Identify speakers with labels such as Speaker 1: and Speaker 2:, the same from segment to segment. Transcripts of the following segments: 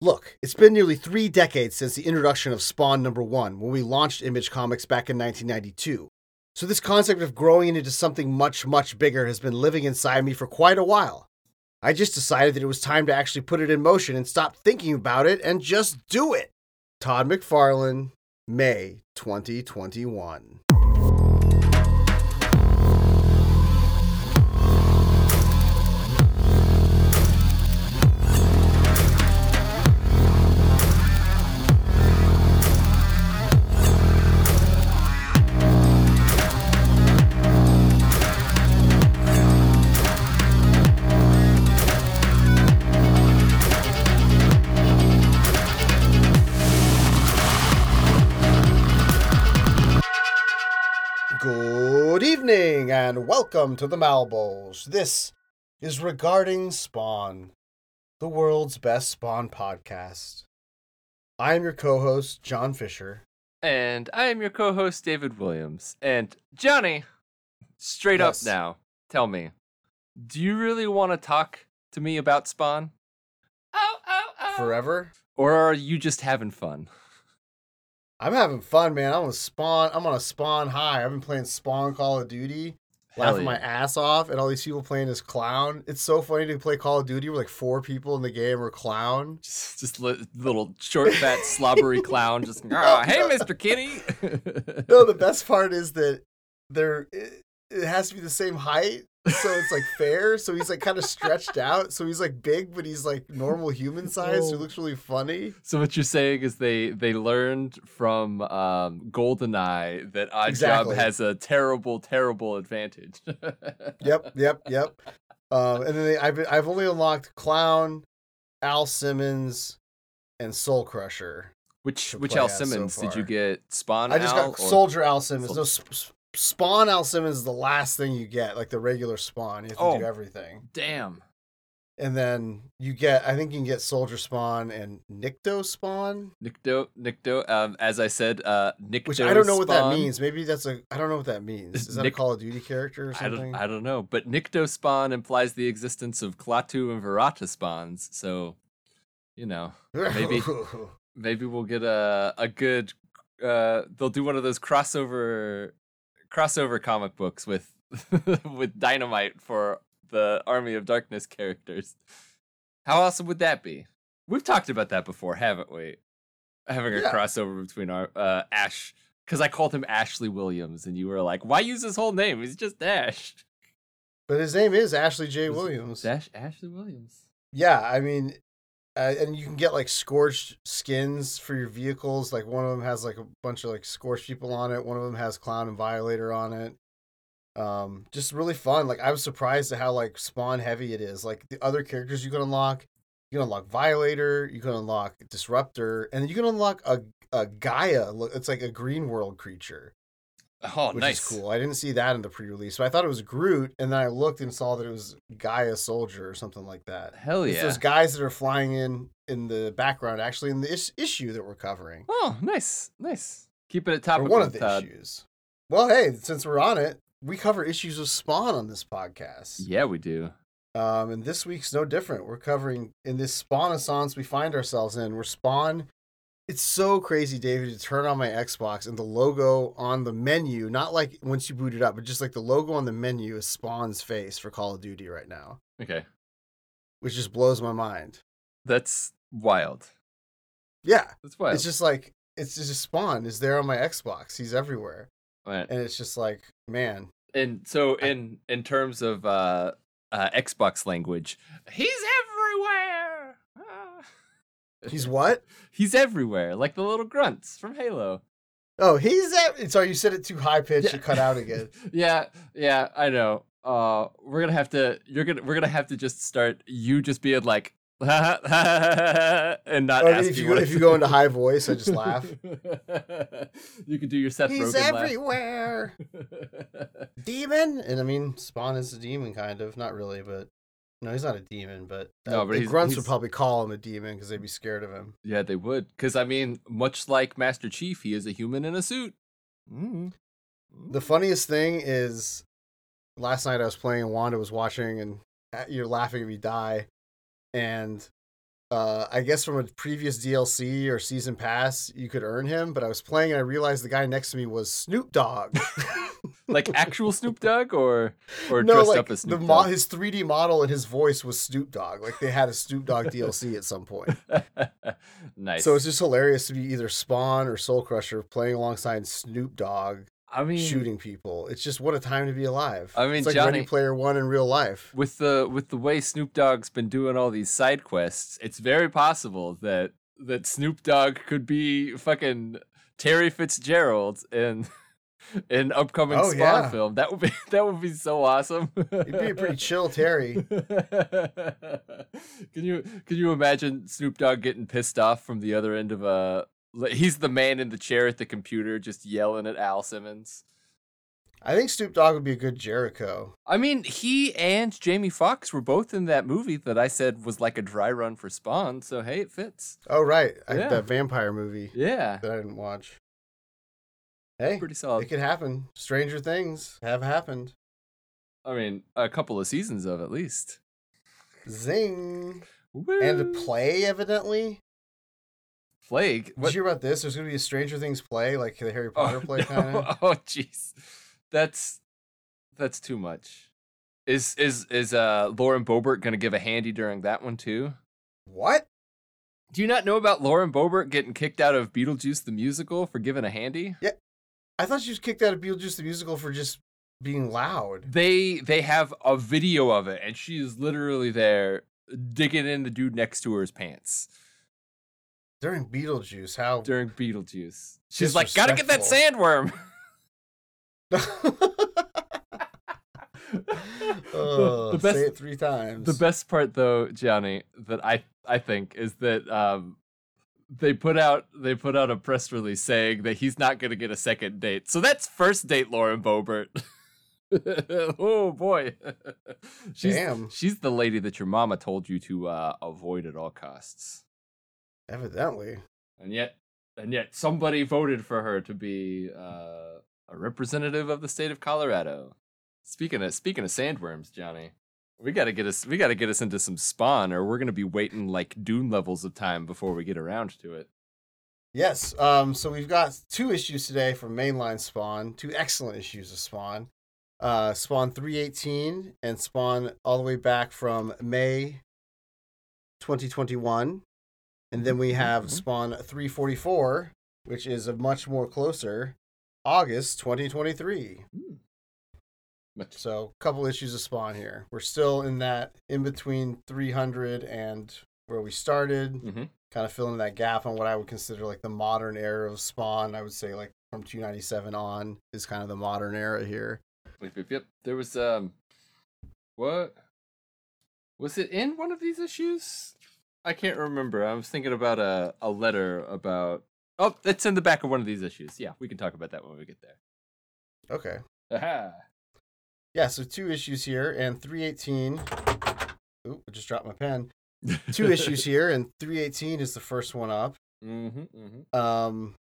Speaker 1: Look, it's been nearly three decades since the introduction of Spawn number one when we launched Image Comics back in 1992. So, this concept of growing it into something much, much bigger has been living inside me for quite a while. I just decided that it was time to actually put it in motion and stop thinking about it and just do it. Todd McFarlane, May 2021. Good evening and welcome to the Malbos. This is Regarding Spawn, the world's best Spawn podcast. I am your co host, John Fisher.
Speaker 2: And I am your co host, David Williams. And Johnny, straight
Speaker 1: Yes.
Speaker 2: up now, tell me, do you really want to talk to me about Spawn? Oh, oh, oh.
Speaker 1: Forever?
Speaker 2: Or are you just having fun?
Speaker 1: I'm having fun, man. I'm on a Spawn. I'm on a Spawn high. I've been playing Spawn Call of Duty,
Speaker 2: Hell
Speaker 1: laughing
Speaker 2: yeah.
Speaker 1: my ass off at all these people playing as Clown. It's so funny to play Call of Duty where like four people in the game are Clown.
Speaker 2: Just, just li- little short, fat, slobbery clown, just, "Ah, hey, Mr. Kitty.
Speaker 1: no, the best part is that they're it, it has to be the same height, so it's like fair. So he's like kind of stretched out, so he's like big, but he's like normal human size. So he
Speaker 2: Oh.
Speaker 1: looks really funny.
Speaker 2: So what you're saying is they they learned from um, GoldenEye that Oddjob
Speaker 1: Exactly.
Speaker 2: has a terrible, terrible advantage.
Speaker 1: Yep, yep, yep. Um, and then they, I've I've only unlocked Clown, Al Simmons, and Soul Crusher.
Speaker 2: Which
Speaker 1: to
Speaker 2: which
Speaker 1: play
Speaker 2: Al
Speaker 1: as so
Speaker 2: Simmons did
Speaker 1: far.
Speaker 2: you get? Spawn.
Speaker 1: I just
Speaker 2: Al
Speaker 1: got
Speaker 2: or-
Speaker 1: Soldier Al Simmons.
Speaker 2: Sol-
Speaker 1: No, sp- sp- Spawn Al Simmons is the last thing you get, like the regular Spawn. You have to
Speaker 2: Oh.
Speaker 1: do everything.
Speaker 2: Damn.
Speaker 1: And then you get, I think you can get Soldier Spawn and Nikto Spawn.
Speaker 2: Nicto Nicto. Um, as I said, uh, Nicto.
Speaker 1: Which I don't know what that
Speaker 2: Spawn-
Speaker 1: means. Maybe that's a I don't know what that means. Is that
Speaker 2: Nick-
Speaker 1: a Call of Duty character or
Speaker 2: I don't,
Speaker 1: something?
Speaker 2: I don't know, but Nicto spawn implies the existence of Klaatu and Verata spawns, so you know maybe. maybe we'll get a a good uh they'll do one of those crossover crossover comic books with with dynamite for the army of darkness characters how awesome would that be we've talked about that before haven't we having a
Speaker 1: Yeah.
Speaker 2: crossover between our uh ash because i called him ashley williams and you were like why use his whole name he's just ash
Speaker 1: But his name is Ashley J.
Speaker 2: Is it
Speaker 1: Williams.
Speaker 2: dash ashley williams
Speaker 1: Yeah, I mean, uh, and you can get like scorched skins for your vehicles. Like one of them has like a bunch of like scorched people on it. One of them has Clown and Violator on it. Um, just really fun. Like I was surprised at how like spawn heavy it is. Like the other characters you can unlock, you can unlock Violator, you can unlock Disruptor, and you can unlock a a Gaia. Look, It's like a green world creature.
Speaker 2: oh
Speaker 1: which
Speaker 2: nice
Speaker 1: is cool. I didn't see that in the pre-release, so I thought it was Groot, and then I looked and saw that it was Gaia Soldier or something like that.
Speaker 2: hell
Speaker 1: It's
Speaker 2: yeah
Speaker 1: those guys that are flying in in the background, actually, in the is- issue that we're covering,
Speaker 2: oh nice nice keep it at top
Speaker 1: or one of the
Speaker 2: Todd.
Speaker 1: issues. Well, hey, since we're on it, we cover issues of Spawn on this podcast,
Speaker 2: yeah we do
Speaker 1: um, and this week's no different. We're covering in this Spawnissance we find ourselves in. We're Spawn. It's so crazy, David, to turn on my Xbox and the logo on the menu, not like once you boot it up, but just like the logo on the menu is Spawn's face for Call of Duty right now,
Speaker 2: okay
Speaker 1: which just blows my mind.
Speaker 2: That's wild.
Speaker 1: Yeah.
Speaker 2: That's wild.
Speaker 1: It's just like, it's just Spawn is there on my Xbox. He's everywhere.
Speaker 2: Right.
Speaker 1: And it's just like, man,
Speaker 2: And so in in terms of uh, uh, Xbox language, he's everywhere. Ah.
Speaker 1: he's what?
Speaker 2: he's everywhere, like the little grunts from Halo.
Speaker 1: Oh, he's that. Sorry, you said it too high pitched. It cut out again.
Speaker 2: yeah, yeah, I know. Uh, we're gonna have to. You're gonna. We're gonna have to just start. You just being like, and not
Speaker 1: Or
Speaker 2: ask
Speaker 1: if
Speaker 2: me
Speaker 1: you
Speaker 2: what I
Speaker 1: if you
Speaker 2: said.
Speaker 1: go into high voice, I just laugh.
Speaker 2: you could do your Seth
Speaker 1: He's
Speaker 2: Rogen laugh.
Speaker 1: everywhere. demon? And I mean, Spawn is a demon, kind of. Not really, but no, he's not a demon. But, uh,
Speaker 2: No, but
Speaker 1: the
Speaker 2: he's-
Speaker 1: grunts
Speaker 2: he's-
Speaker 1: would probably call him a demon because they'd be scared of him.
Speaker 2: Yeah, they would. Because, I mean, much like Master Chief, he is a human in a suit. Mm.
Speaker 1: The funniest thing is, last night I was playing and Wanda was watching, and uh, you're laughing at me die, and uh, I guess from a previous DLC or season pass, you could earn him. But I was playing and I realized the guy next to me was Snoop Dogg.
Speaker 2: like actual Snoop Dogg, or or
Speaker 1: no,
Speaker 2: dressed
Speaker 1: like
Speaker 2: up as Snoop
Speaker 1: the mo-
Speaker 2: Dogg.
Speaker 1: his 3D model and his voice was Snoop Dogg. Like they had a Snoop Dogg DLC at some point.
Speaker 2: nice.
Speaker 1: So it's just hilarious to be either Spawn or Soul Crusher playing alongside Snoop Dogg
Speaker 2: I mean,
Speaker 1: shooting people. It's just what a time to be alive.
Speaker 2: I mean,
Speaker 1: it's like Ready
Speaker 2: Johnny-
Speaker 1: Player One in real life.
Speaker 2: with the with the way Snoop Dogg's been doing all these side quests, it's very possible that that Snoop Dogg could be fucking Terry Fitzgerald in an upcoming
Speaker 1: Oh,
Speaker 2: Spawn
Speaker 1: yeah.
Speaker 2: film. That would be that would be so awesome.
Speaker 1: You'd be a pretty chill Terry.
Speaker 2: can you can you imagine Snoop Dogg getting pissed off from the other end of a? like, He's the man in the chair at the computer, just yelling at Al Simmons.
Speaker 1: I think Snoop Dogg would be a good Jericho.
Speaker 2: I mean, he and Jamie Foxx were both in that movie that I said was like a dry run for Spawn. So hey, it fits.
Speaker 1: Oh right, I,
Speaker 2: Yeah.
Speaker 1: that vampire movie
Speaker 2: Yeah,
Speaker 1: that I didn't watch. Hey,
Speaker 2: pretty
Speaker 1: it
Speaker 2: solid.
Speaker 1: could happen. Stranger things have happened.
Speaker 2: I mean, a couple of seasons of at least.
Speaker 1: Zing.
Speaker 2: Woo.
Speaker 1: And a play, evidently.
Speaker 2: plague. What?
Speaker 1: Did you hear about this? There's going to be a Stranger Things play, like the Harry Potter
Speaker 2: oh,
Speaker 1: play,
Speaker 2: no.
Speaker 1: kind of.
Speaker 2: Oh jeez, that's that's too much. Is is is uh Lauren Boebert gonna give a handy during that one too?
Speaker 1: What?
Speaker 2: Do you not know about Lauren Boebert getting kicked out of Beetlejuice the musical for giving a handy?
Speaker 1: I thought she was kicked out of Beetlejuice the musical for just being loud.
Speaker 2: they they have a video of it and she is literally there digging in the dude next to her's pants
Speaker 1: During Beetlejuice, how?
Speaker 2: during beetlejuice she's like gotta get that
Speaker 1: Disrespectful.
Speaker 2: sandworm
Speaker 1: oh,
Speaker 2: the
Speaker 1: say
Speaker 2: best
Speaker 1: it three times.
Speaker 2: the best part though johnny that i i think is that um they put out they put out a press release saying that he's not going to get a second date so that's first date lauren bobert oh boy she's
Speaker 1: Damn.
Speaker 2: she's the lady that your mama told you to uh, avoid at all costs
Speaker 1: Evidently.
Speaker 2: and yet and yet somebody voted for her to be uh, a representative of the state of Colorado. Speaking of speaking of sandworms, Johnny, we gotta get us we gotta get us into some spawn, or we're gonna be waiting like Dune levels of time before we get around to it.
Speaker 1: Yes. Um, so we've got two issues today from mainline Spawn, two excellent issues of Spawn. Uh, Spawn 318 and Spawn all the way back from May 2021. And then we have
Speaker 2: Mhm.
Speaker 1: Spawn 344, which is a much more closer August 2023.
Speaker 2: Hmm. Much-
Speaker 1: So a couple issues of Spawn here. We're still in that in between 300 and where we started
Speaker 2: Mhm.
Speaker 1: kind of filling that gap on what I would consider like the modern era of Spawn. I would say like from 297 on is kind of the modern era here.
Speaker 2: Yep, yep, yep. There was um, what was it in one of these issues? I can't remember. I was thinking about a a letter about. Oh, it's in the back of one of these issues. Yeah, we can talk about that when we get there.
Speaker 1: Okay.
Speaker 2: Aha.
Speaker 1: Yeah, so two issues here and 318. Ooh, I just dropped my pen. Two issues here and 318 is the first one up.
Speaker 2: Mm-hmm, mm-hmm.
Speaker 1: Um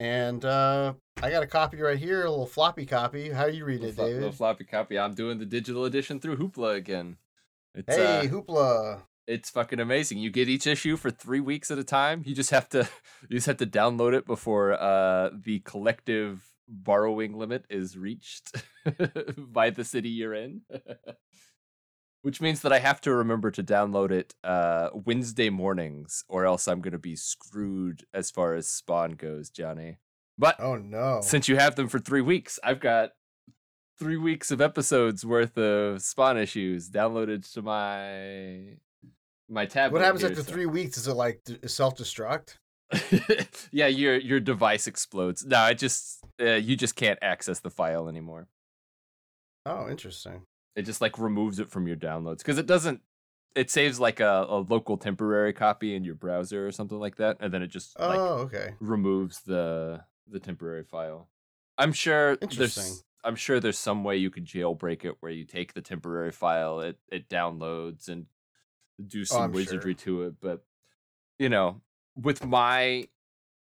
Speaker 1: and uh I got a copy right here, a little floppy copy. How are you reading it,
Speaker 2: Little
Speaker 1: David?
Speaker 2: floppy copy. I'm doing the digital edition through Hoopla again. It's,
Speaker 1: Hey,
Speaker 2: uh,
Speaker 1: hoopla.
Speaker 2: it's fucking amazing. You get each issue for three weeks at a time. You just have to, you just have to download it before uh, the collective borrowing limit is reached by the city you're in. Which means that I have to remember to download it uh, Wednesday mornings, or else I'm going to be screwed as far as Spawn goes, Johnny. But
Speaker 1: Oh no.
Speaker 2: since you have them for three weeks, I've got three weeks of episodes worth of Spawn issues downloaded to my my tablet.
Speaker 1: What happens
Speaker 2: here,
Speaker 1: after
Speaker 2: so-
Speaker 1: 3 weeks? Is it like self destruct?
Speaker 2: yeah, your your device explodes. No, it just uh, you just can't access the file anymore.
Speaker 1: Oh, interesting.
Speaker 2: It just like removes it from your downloads because it doesn't. It saves like a, a local temporary copy in your browser or something like that, and then it just
Speaker 1: Oh,
Speaker 2: like
Speaker 1: okay.
Speaker 2: removes the the temporary file. I'm sure
Speaker 1: Interesting.
Speaker 2: there's I'm sure there's some way you could jailbreak it where you take the temporary file, it it downloads and do some
Speaker 1: Oh, I'm sure.
Speaker 2: wizardry to it, but you know, with my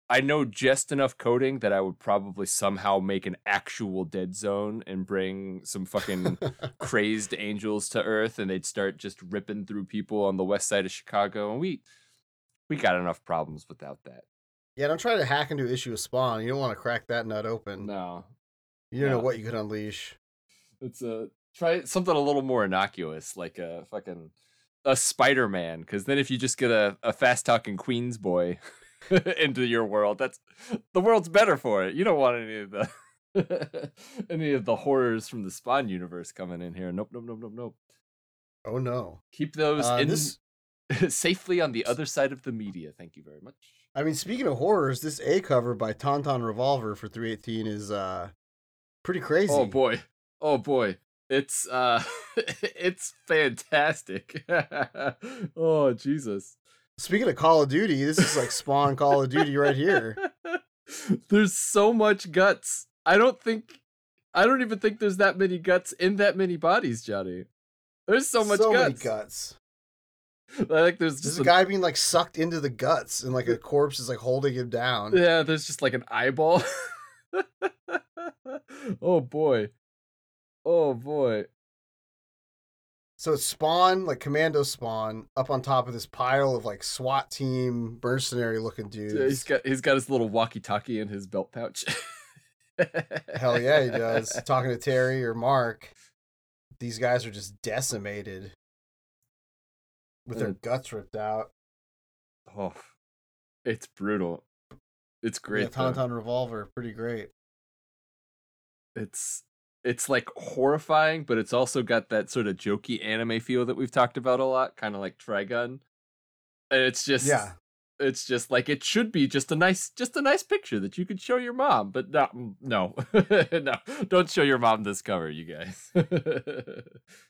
Speaker 2: I know just enough coding that I would probably somehow make an actual dead zone and bring some fucking crazed angels to earth and they'd start just ripping through people on the west side of Chicago and we we got enough problems without that.
Speaker 1: Yeah, don't try to hack into issue of Spawn. You don't want to crack that nut open.
Speaker 2: No,
Speaker 1: you don't
Speaker 2: no.
Speaker 1: know what you could unleash.
Speaker 2: it's a try something a little more innocuous, like a fucking a Spider Man. Because then if you just get a, a fast talking Queens boy into your world, that's the world's better for it. You don't want any of the any of the horrors from the Spawn universe coming in here. Nope, nope, nope, nope, nope.
Speaker 1: Oh no!
Speaker 2: Keep those
Speaker 1: Uh,
Speaker 2: in
Speaker 1: this,
Speaker 2: safely on the other side of the media. Thank you very much.
Speaker 1: I mean, speaking of horrors, this A cover by Tauntaun Revolver for 318 is uh pretty crazy.
Speaker 2: Oh boy. Oh boy. It's uh it's fantastic. oh Jesus.
Speaker 1: Speaking of Call of Duty, this is like Spawn Call of Duty right here.
Speaker 2: there's so much guts. I don't think I don't even think there's that many guts in that many bodies, Johnny. There's so much
Speaker 1: so many
Speaker 2: guts.
Speaker 1: guts.
Speaker 2: Like there's
Speaker 1: This
Speaker 2: just
Speaker 1: is a
Speaker 2: an-
Speaker 1: guy being like sucked into the guts, and like a corpse is like holding him down.
Speaker 2: Yeah, there's just like an eyeball. oh boy. Oh boy.
Speaker 1: So it's Spawn, like Commando Spawn, up on top of this pile of like SWAT team mercenary looking dudes.
Speaker 2: Yeah, he's got he's got his little walkie-talkie in his belt pouch.
Speaker 1: Hell yeah, he does. Talking to Terry or Mark, these guys are just decimated with their
Speaker 2: Mm.
Speaker 1: guts ripped out.
Speaker 2: Oh, it's brutal. It's
Speaker 1: Great.
Speaker 2: great.
Speaker 1: Yeah,
Speaker 2: though.
Speaker 1: Tauntaun Revolver, pretty great.
Speaker 2: It's it's like horrifying, but it's also got that sort of jokey anime feel that we've talked about a lot, kind of like Trigun. And it's just
Speaker 1: yeah,
Speaker 2: it's just like it should be just a nice just a nice picture that you could show your mom, but no mm, no. no. Don't show your mom this cover, you guys.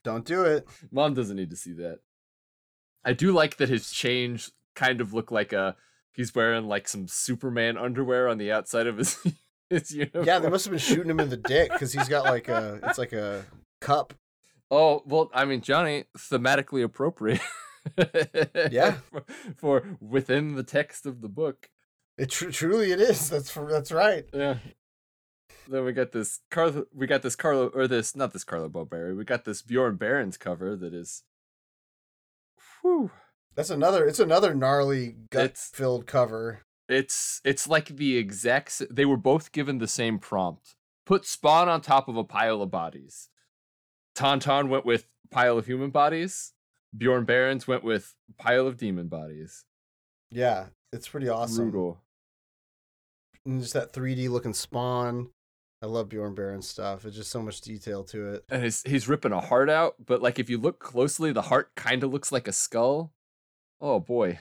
Speaker 1: don't do it.
Speaker 2: Mom doesn't need to see that. I do like that his change kind of look like a he's wearing like some Superman underwear on the outside of his his uniform.
Speaker 1: Yeah, they must have been shooting him in the dick because he's got like a, it's like a cup.
Speaker 2: Oh well, I mean Johnny thematically appropriate.
Speaker 1: Yeah.
Speaker 2: for, for within the text of the book.
Speaker 1: It tr- truly it is. That's for, that's right.
Speaker 2: Yeah. Then we got this Carlo. We got this Carlo, or this not this Carlo Boberi. We got this Bjorn Barons cover that is. Whew.
Speaker 1: That's another. It's another gnarly gut
Speaker 2: It's-
Speaker 1: filled cover.
Speaker 2: It's it's like the exact. s- They were both given the same prompt: put Spawn on top of a pile of bodies. Tauntaun went with pile of human bodies. Bjorn Barons went with pile of demon bodies.
Speaker 1: Yeah, it's pretty awesome.
Speaker 2: Brutal.
Speaker 1: And just that 3D looking Spawn. I love Bjorn Baron stuff. It's just so much detail to it.
Speaker 2: and he's he's ripping a heart out, but like if you look closely, the heart kind of looks like a skull. Oh boy,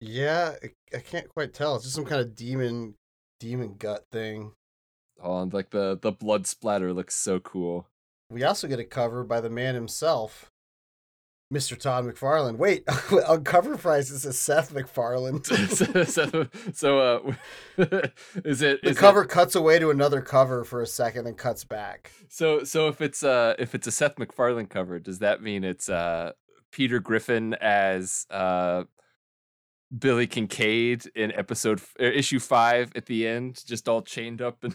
Speaker 1: Yeah, I- I can't quite tell. It's just some kind of demon, demon gut thing.
Speaker 2: oh, and like the the blood splatter looks so cool.
Speaker 1: We also get a cover by the man himself, Mr. Todd McFarlane. Wait, on cover price it says Seth MacFarlane.
Speaker 2: so, so, so, uh, is it
Speaker 1: The
Speaker 2: is it-
Speaker 1: cover cuts away to another cover for a second, then cuts back.
Speaker 2: so so if it's uh if it's a Seth MacFarlane cover, does that mean it's uh Peter Griffin as uh Billy Kincaid in episode f- er, issue five at the end, just all chained up and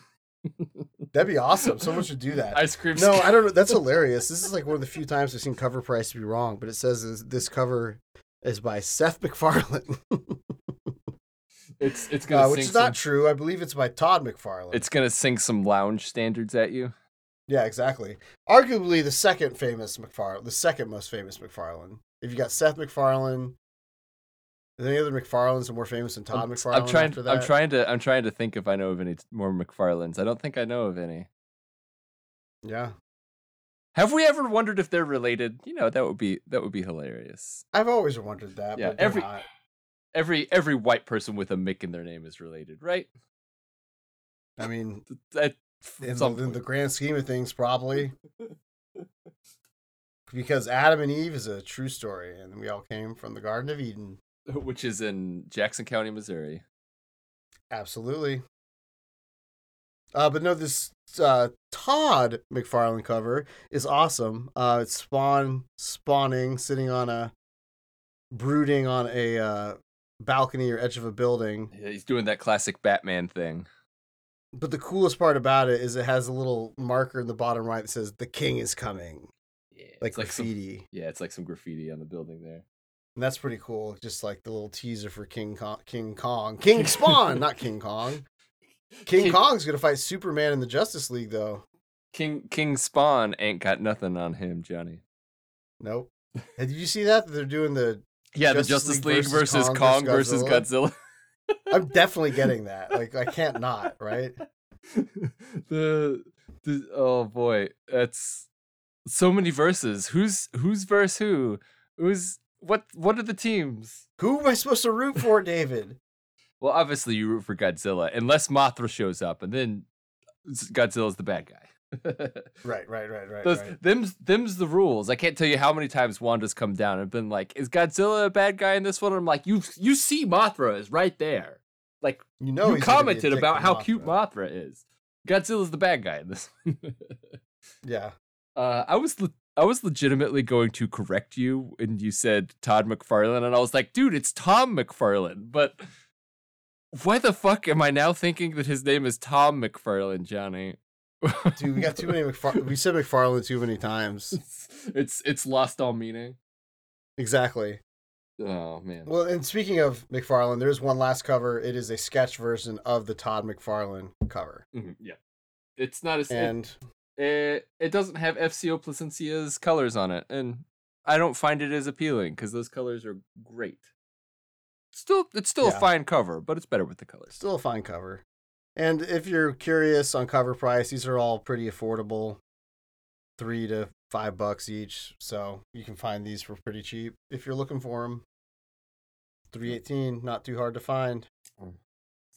Speaker 1: That'd be awesome. Someone should do that.
Speaker 2: ice cream?
Speaker 1: No,
Speaker 2: sc-
Speaker 1: I don't know. That's hilarious. This is like one of the few times I've seen cover price to be wrong, but it says this, this cover is by Seth MacFarlane,
Speaker 2: It's it's gonna
Speaker 1: uh, which
Speaker 2: sink
Speaker 1: is not
Speaker 2: some-
Speaker 1: true. I believe it's by Todd McFarlane.
Speaker 2: It's gonna sing some lounge standards at you.
Speaker 1: yeah, exactly. Arguably the second famous McFarlane, the second most famous McFarlane. If you got Seth McFarlane, are there any other McFarlanes are more famous than Todd
Speaker 2: I'm,
Speaker 1: McFarlane?
Speaker 2: I'm trying.
Speaker 1: After that?
Speaker 2: I'm trying to. I'm trying to think if I know of any t- more McFarlanes. I don't think I know of any.
Speaker 1: Yeah,
Speaker 2: Have we ever wondered if they're related? You know, that would be that would be hilarious.
Speaker 1: I've always wondered that.
Speaker 2: Yeah,
Speaker 1: but they're
Speaker 2: every-
Speaker 1: not.
Speaker 2: Every every white person with a Mick in their name is related, right?
Speaker 1: I mean,
Speaker 2: Th- That
Speaker 1: in the,
Speaker 2: some
Speaker 1: in the
Speaker 2: point.
Speaker 1: grand scheme of things, probably. Because Adam and Eve is a true story, and we all came from the Garden of Eden.
Speaker 2: which is in Jackson County, Missouri.
Speaker 1: Absolutely. Uh, but no, this uh, Todd McFarlane cover is awesome. Uh, it's spawn spawning, sitting on a, brooding on a uh, balcony or edge of a building.
Speaker 2: Yeah, he's doing that classic Batman thing.
Speaker 1: But the coolest part about it is it has a little marker in the bottom right that says "The King is coming,"
Speaker 2: Yeah,
Speaker 1: like
Speaker 2: like some,
Speaker 1: graffiti.
Speaker 2: yeah, it's like some graffiti on the building there.
Speaker 1: And that's pretty cool. Just like the little teaser for King Kong, King Kong, King Spawn, not King Kong. King Kong's gonna fight Superman in the Justice League, though.
Speaker 2: King King Spawn ain't got nothing on him, Johnny.
Speaker 1: Nope. Did you see that? They're doing the.
Speaker 2: Yeah, the Justice League, versus, Kong, versus Godzilla.
Speaker 1: I'm definitely getting that. Like I can't not, right?
Speaker 2: the, the oh boy, that's so many verses. Who's who's verse who? Who's what? What are the teams?
Speaker 1: Who am I supposed to root for, David?
Speaker 2: well, obviously you root for Godzilla, unless Mothra shows up, and then Godzilla's the bad guy.
Speaker 1: right, right, right, right,
Speaker 2: Those,
Speaker 1: right.
Speaker 2: Them's them's the rules. I can't tell you how many times Wanda's come down and been like, "Is Godzilla a bad guy in this one?" And I'm like, "You you see, Mothra is right there. Like
Speaker 1: You know,
Speaker 2: you
Speaker 1: he's gonna be a
Speaker 2: commented
Speaker 1: dick
Speaker 2: about
Speaker 1: to
Speaker 2: how
Speaker 1: Mothra.
Speaker 2: cute Mothra is. Godzilla's the bad guy in this." one.
Speaker 1: Yeah,
Speaker 2: uh, I was le- I was legitimately going to correct you, and you said Todd McFarlane, and I was like, "Dude, it's Tom McFarlane." But why the fuck am I now thinking that his name is Tom McFarlane, Johnny?
Speaker 1: dude, we got too many. McFar- we said McFarlane too many times.
Speaker 2: it's it's lost all meaning.
Speaker 1: Exactly.
Speaker 2: Oh man.
Speaker 1: Well, and speaking of McFarlane, there's one last cover. It is a sketch version of the Todd McFarlane cover,
Speaker 2: Mhm, yeah. It's not as it,
Speaker 1: and
Speaker 2: it, it doesn't have FCO Placencia's colors on it, and I don't find it as appealing because those colors are great. Still, it's still
Speaker 1: Yeah.
Speaker 2: a fine cover, but it's better with the colors.
Speaker 1: still a fine cover. And if you're curious on cover price, these are all pretty affordable, three to five bucks each. So you can find these for pretty cheap if you're looking for them. Three eighteen, not too hard to find.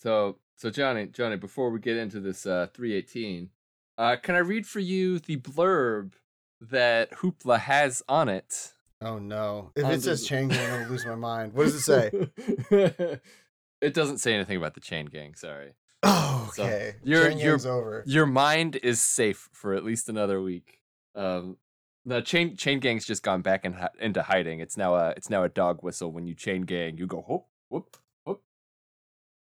Speaker 2: So, so Johnny, Johnny, before we get into this uh, 318, uh, can I read for you the blurb that Hoopla has on it?
Speaker 1: Oh no! If
Speaker 2: Under
Speaker 1: it says
Speaker 2: the-
Speaker 1: chain gang, I'm gonna lose my mind. What does it say?
Speaker 2: say? it doesn't say anything about the chain gang. Sorry.
Speaker 1: Oh,
Speaker 2: So,
Speaker 1: okay.
Speaker 2: you're-
Speaker 1: chain
Speaker 2: you're-
Speaker 1: gang's over.
Speaker 2: your mind is safe for at least another week. Um, the chain chain gang's just gone back in, hi- into hiding. It's now a it's now a dog whistle. When you chain gang, you go whoop whoop whoop.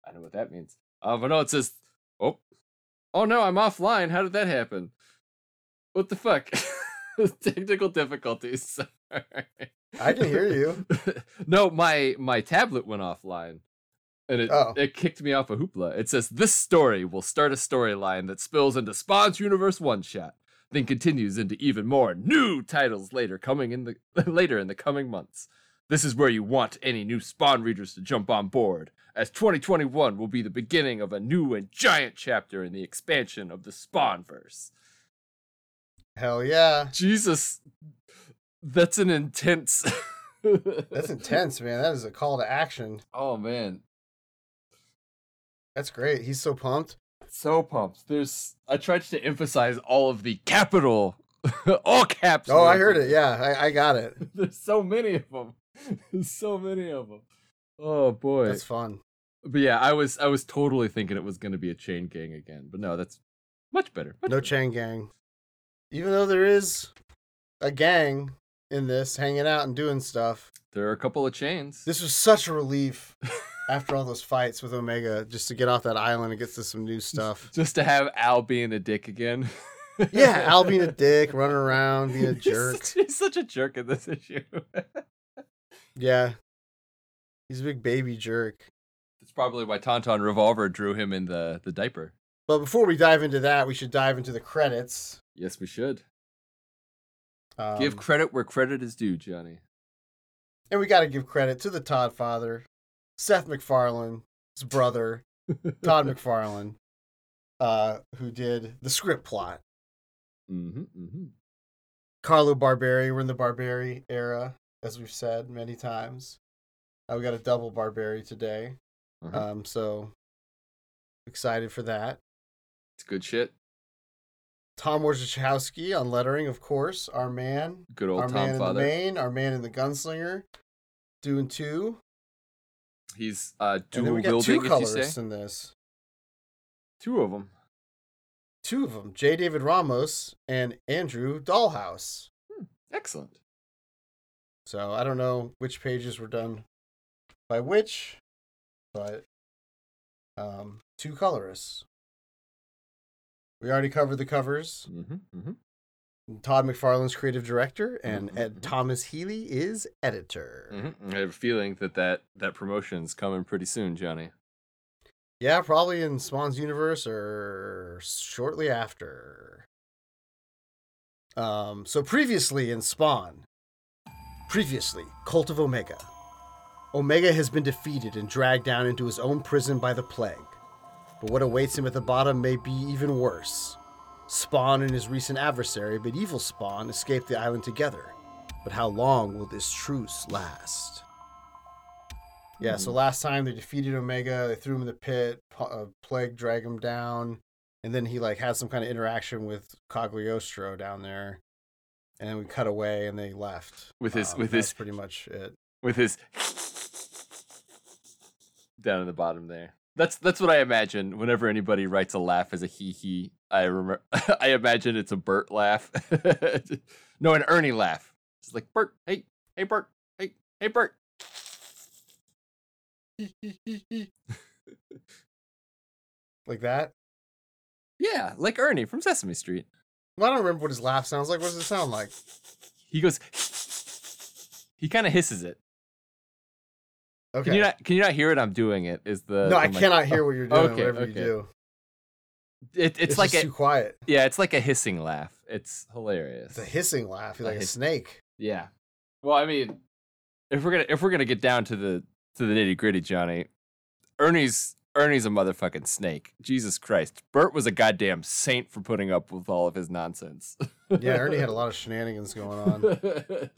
Speaker 2: I know what that means. Uh, but no, it says oh oh no, I'm offline. How did that happen? What the fuck? Technical difficulties. Sorry.
Speaker 1: I can hear you.
Speaker 2: no, my my tablet went offline, and it
Speaker 1: Oh.
Speaker 2: it kicked me off a hoopla. It says this story will start a storyline that spills into Spawn's universe one shot, then continues into even more new titles later coming in the later in the coming months. This is where you want any new Spawn readers to jump on board, as 2021 will be the beginning of a new and giant chapter in the expansion of the Spawnverse.
Speaker 1: Hell yeah!
Speaker 2: Jesus, that's an intense.
Speaker 1: That's intense, man. That is a call to action.
Speaker 2: oh man,
Speaker 1: That's great. He's so pumped.
Speaker 2: so pumped. There's I tried to emphasize all of the capital, all caps.
Speaker 1: Oh, I
Speaker 2: letters.
Speaker 1: heard it. Yeah, I, I got it.
Speaker 2: There's so many of them. There's so many of them. Oh boy.
Speaker 1: That's fun.
Speaker 2: but yeah, I was I was totally thinking it was going to be a chain gang again, but no, that's much better. much
Speaker 1: No
Speaker 2: better.
Speaker 1: chain gang. Even though there is a gang in this hanging out and doing stuff,
Speaker 2: There are a couple of chains.
Speaker 1: this was such a relief after all those fights with Omega just to get off that island and get to some new stuff.
Speaker 2: just to have Al being a dick again.
Speaker 1: Yeah, Al being a dick, running around, being a
Speaker 2: He's
Speaker 1: jerk.
Speaker 2: such- he's such a jerk in this issue.
Speaker 1: Yeah. He's a big baby jerk.
Speaker 2: That's probably why Tauntaun Revolver drew him in the the diaper.
Speaker 1: But before we dive into that, we should dive into the credits.
Speaker 2: Yes, we should.
Speaker 1: Um,
Speaker 2: Give credit where credit is due, Johnny.
Speaker 1: and we got to give credit to the Todd father, Seth MacFarlane, his brother, Todd McFarlane, uh, who did the script plot.
Speaker 2: Mm-hmm, mm-hmm.
Speaker 1: Carlo Barberi, we're in the Barberi era, as we've said many times. Uh, we got a double Barberi today,
Speaker 2: Uh-huh.
Speaker 1: um, so excited for that.
Speaker 2: it's good shit.
Speaker 1: Tom Wojciechowski on lettering, of course, our man,
Speaker 2: Good old
Speaker 1: our
Speaker 2: Tom
Speaker 1: man
Speaker 2: Father.
Speaker 1: in the main, our man in the gunslinger, doing two.
Speaker 2: He's uh,
Speaker 1: And then
Speaker 2: dual
Speaker 1: we got two
Speaker 2: wielding, if you say.
Speaker 1: colors in this.
Speaker 2: Two of them.
Speaker 1: Two of them, J. David Ramos and Andrew Dollhouse.
Speaker 2: Excellent.
Speaker 1: So I don't know which pages were done by which, but um, two colorists. We already covered the covers.
Speaker 2: Mm-hmm, mm-hmm.
Speaker 1: Todd McFarlane's creative director, and Ed Thomas Healy is editor.
Speaker 2: Mhm. I have a feeling that that that promotion's coming pretty soon, Johnny.
Speaker 1: Yeah, probably in Spawn's universe or shortly after. Um, so previously in Spawn, previously Cult of Omega. Omega has been defeated and dragged down into his own prison by the plague. But what awaits him at the bottom may be even worse. Spawn and his recent adversary, but evil Spawn, escape the island together. But how long will this truce last? Yeah,
Speaker 2: Mm-hmm.
Speaker 1: so last time they defeated Omega, they threw him in the pit, pu- uh, plague dragged him down, and then he like had some kind of interaction with Cagliostro down there, and then we cut away and they left
Speaker 2: With his-
Speaker 1: Um,
Speaker 2: with
Speaker 1: that's
Speaker 2: his-
Speaker 1: pretty much it.
Speaker 2: With his down in the bottom there. That's that's what I imagine whenever anybody writes a laugh as a hee hee. I remember I imagine it's a Bert laugh. no, an Ernie laugh. It's like Bert, hey, hey Bert, hey, hey Bert.
Speaker 1: Like that.
Speaker 2: Yeah, like Ernie from Sesame Street.
Speaker 1: Well, I don't remember what his laugh sounds like. What does it sound like?
Speaker 2: He goes He kind of hisses it.
Speaker 1: Okay.
Speaker 2: Can you not can you not hear it? I'm doing it. Is the
Speaker 1: no,
Speaker 2: the
Speaker 1: I
Speaker 2: mic-
Speaker 1: cannot hear what you're doing.
Speaker 2: Uh, oh okay,
Speaker 1: whatever you
Speaker 2: okay.
Speaker 1: do,
Speaker 2: oh, It, it's,
Speaker 1: it's
Speaker 2: like
Speaker 1: just
Speaker 2: a
Speaker 1: too quiet.
Speaker 2: yeah, it's like a hissing laugh. It's hilarious.
Speaker 1: It's a hissing laugh. You're
Speaker 2: A
Speaker 1: like a
Speaker 2: hiss-
Speaker 1: snake.
Speaker 2: Yeah. Well, I mean, if we're gonna if we're gonna get down to the to the nitty gritty, Johnny, Ernie's Ernie's a motherfucking snake. Jesus Christ, Bert was a goddamn saint for putting up with all of his nonsense.
Speaker 1: Yeah, Ernie had a lot of shenanigans going on.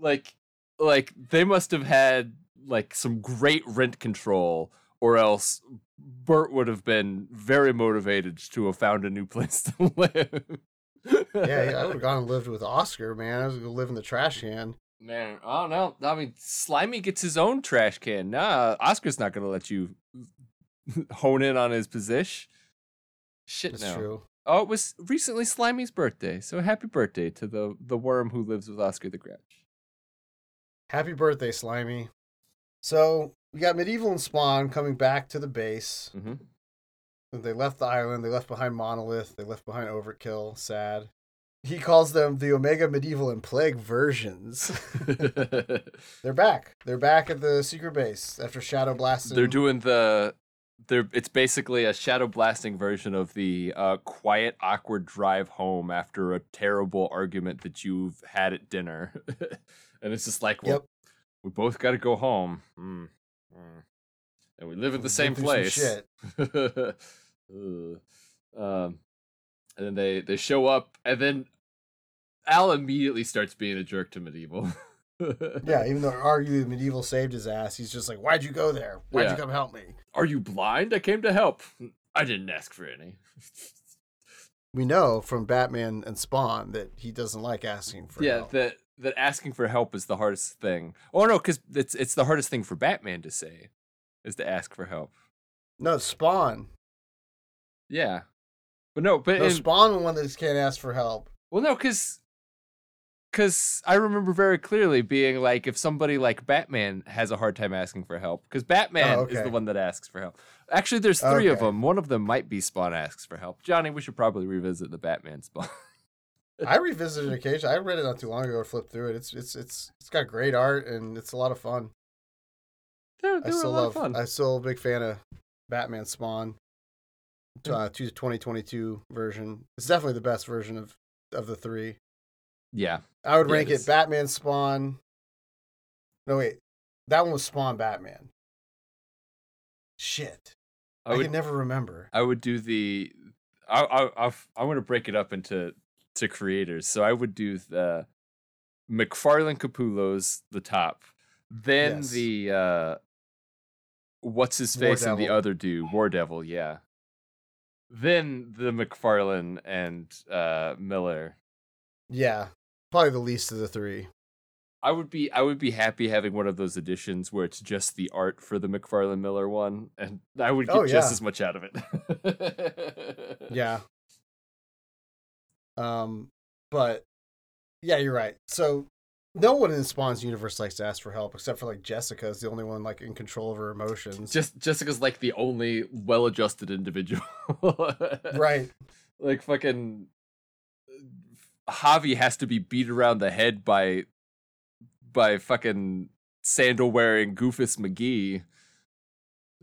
Speaker 2: like, like they must have had like some great rent control, or else Bert would have been very motivated to have found a new place to live.
Speaker 1: Yeah, yeah I would have gone and lived with Oscar, man. I was gonna live in the trash can.
Speaker 2: Man, I don't know. I mean, Slimy gets his own trash can. Nah, Oscar's not gonna let you hone in on his position. Shit,
Speaker 1: That's
Speaker 2: no.
Speaker 1: true.
Speaker 2: Oh, it was recently Slimy's birthday, so happy birthday to the the worm who lives with Oscar the Grouch.
Speaker 1: Happy birthday, Slimy. So we got Medieval and Spawn coming back to the base.
Speaker 2: Mm-hmm. Mm.
Speaker 1: They left the island. They left behind Monolith. They left behind Overkill. Sad. He calls them the Omega Medieval and Plague versions. They're back. They're back at the secret base after Shadow Blasting.
Speaker 2: they're doing the they're it's basically a shadow blasting version of the uh, quiet, awkward drive home after a terrible argument that you've had at dinner, and it's just like, well,
Speaker 1: Yep.
Speaker 2: we both got to go home, mm. Mm. and we live in the
Speaker 1: Been
Speaker 2: same
Speaker 1: through some
Speaker 2: place.
Speaker 1: Shit.
Speaker 2: Ugh. um, and then they they show up, and then Al immediately starts being a jerk to medieval.
Speaker 1: Yeah, even though arguably Medieval saved his ass, he's just like, "Why'd you go there? Why'd
Speaker 2: Yeah.
Speaker 1: you come help me?"
Speaker 2: Are you blind? I came to help. I didn't ask for any.
Speaker 1: We know from Batman and Spawn that he doesn't like asking for
Speaker 2: yeah,
Speaker 1: help.
Speaker 2: that that asking for help is the hardest thing. Oh no, because it's it's the hardest thing for Batman to say, is to ask for help.
Speaker 1: no, Spawn.
Speaker 2: Yeah, but no, but
Speaker 1: No,
Speaker 2: in-
Speaker 1: Spawn the one that just can't ask for help.
Speaker 2: Well, no, because because I remember very clearly being like, if somebody like Batman has a hard time asking for help, because Batman
Speaker 1: Oh,
Speaker 2: is the
Speaker 1: okay.
Speaker 2: one that asks for help. Actually, there's three of
Speaker 1: Okay.
Speaker 2: them. One of them might be Spawn asks for help. Johnny, we should probably revisit the Batman Spawn.
Speaker 1: I revisited it occasionally. I read it not too long ago. Flipped through it. It's it's it's it's got great art and it's a lot of fun.
Speaker 2: they they
Speaker 1: I
Speaker 2: were a
Speaker 1: still
Speaker 2: lot
Speaker 1: love.
Speaker 2: of fun.
Speaker 1: I'm still a big fan of Batman Spawn. Uh, to 2022 version. It's definitely the best version of of the three.
Speaker 2: yeah,
Speaker 1: I would
Speaker 2: Yeah, it
Speaker 1: rank it,
Speaker 2: is.
Speaker 1: Batman Spawn. No wait, that one was Spawn Batman. Shit, I,
Speaker 2: I would.
Speaker 1: can never remember.
Speaker 2: I would do the. I I I I want to break it up into to creators. So I would do the McFarlane Capullo's the top, then
Speaker 1: Yes.
Speaker 2: the uh what's his
Speaker 1: War
Speaker 2: face and the
Speaker 1: Devil.
Speaker 2: other dude, War Devil, yeah. Then the McFarlane and uh Miller.
Speaker 1: Yeah, probably the least of the three.
Speaker 2: I would be I would be happy having one of those editions where it's just the art for the McFarlane Miller one, and I would get
Speaker 1: Oh,
Speaker 2: just
Speaker 1: yeah.
Speaker 2: as much out of it.
Speaker 1: Yeah. Um, but yeah, you're right. So no one in Spawn's universe likes to ask for help except for like Jessica is the only one like in control of her emotions.
Speaker 2: Just Jessica's like the only well-adjusted individual.
Speaker 1: right.
Speaker 2: Like fucking Javi has to be beat around the head by by fucking sandal wearing Goofus McGee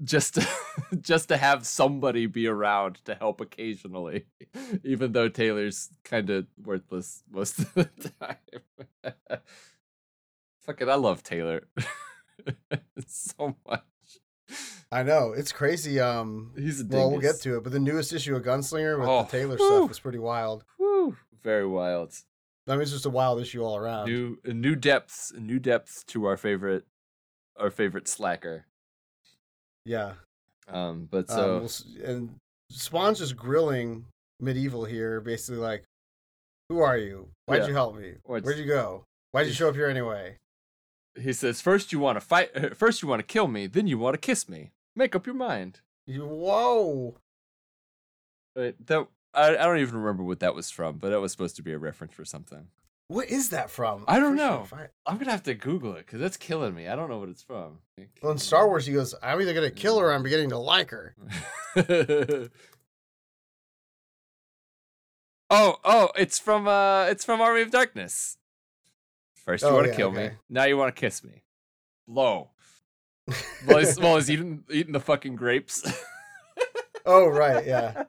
Speaker 2: just to, just to have somebody be around to help occasionally, even though Taylor's kind of worthless most of the time. Fucking, I love Taylor so much.
Speaker 1: I know it's crazy. Um,
Speaker 2: He's a
Speaker 1: well, we'll
Speaker 2: dingus.
Speaker 1: get to it, but the newest issue of Gunslinger with
Speaker 2: Oh,
Speaker 1: the Taylor
Speaker 2: whew.
Speaker 1: stuff is pretty wild.
Speaker 2: Whew, very wild.
Speaker 1: I mean, it's just a wild issue all around.
Speaker 2: New uh, new depths, new depths to our favorite our favorite slacker.
Speaker 1: Yeah.
Speaker 2: Um, but
Speaker 1: Um,
Speaker 2: so
Speaker 1: we'll s- and Spawn's just grilling medieval here, basically like, "Who are you? Why'd
Speaker 2: Yeah.
Speaker 1: you help me?
Speaker 2: What's-
Speaker 1: Where'd you go? Why'd you show up here anyway?"
Speaker 2: he says, first you want to fight, uh, first you want to kill me, then you want to kiss me. Make up your mind.
Speaker 1: You, whoa!
Speaker 2: Right, that I, I don't even remember what that was from, but that was supposed to be a reference for something.
Speaker 1: What is that from?
Speaker 2: I don't
Speaker 1: Pretty sure
Speaker 2: know.
Speaker 1: if I-
Speaker 2: I'm gonna have to Google it because that's killing me. I don't know what it's from.
Speaker 1: Well, in Star Wars, he goes, "I'm either gonna kill her, or I'm beginning to like her."
Speaker 2: oh, oh, it's from uh, it's from Army of Darkness. First you
Speaker 1: Oh,
Speaker 2: want to
Speaker 1: yeah,
Speaker 2: kill me,
Speaker 1: okay.
Speaker 2: now you want to kiss me. Low. well, he's, well, he's eating eating the fucking grapes.
Speaker 1: Oh right, yeah.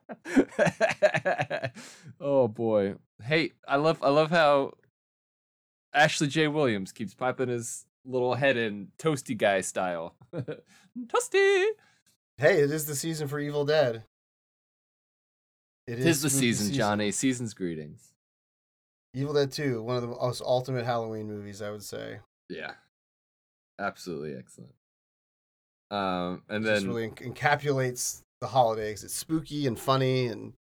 Speaker 2: oh boy. Hey, I love I love how Ashley J. Williams keeps popping his little head in toasty guy style. toasty.
Speaker 1: Hey, it is the season for Evil Dead. It
Speaker 2: Tis the
Speaker 1: spooky
Speaker 2: season, Johnny. Season's greetings.
Speaker 1: Evil Dead Two, one of the most ultimate Halloween movies, I would say.
Speaker 2: Yeah. Absolutely excellent. Um and
Speaker 1: It just
Speaker 2: then
Speaker 1: really en- encapsulates the holidays. It's spooky and funny, and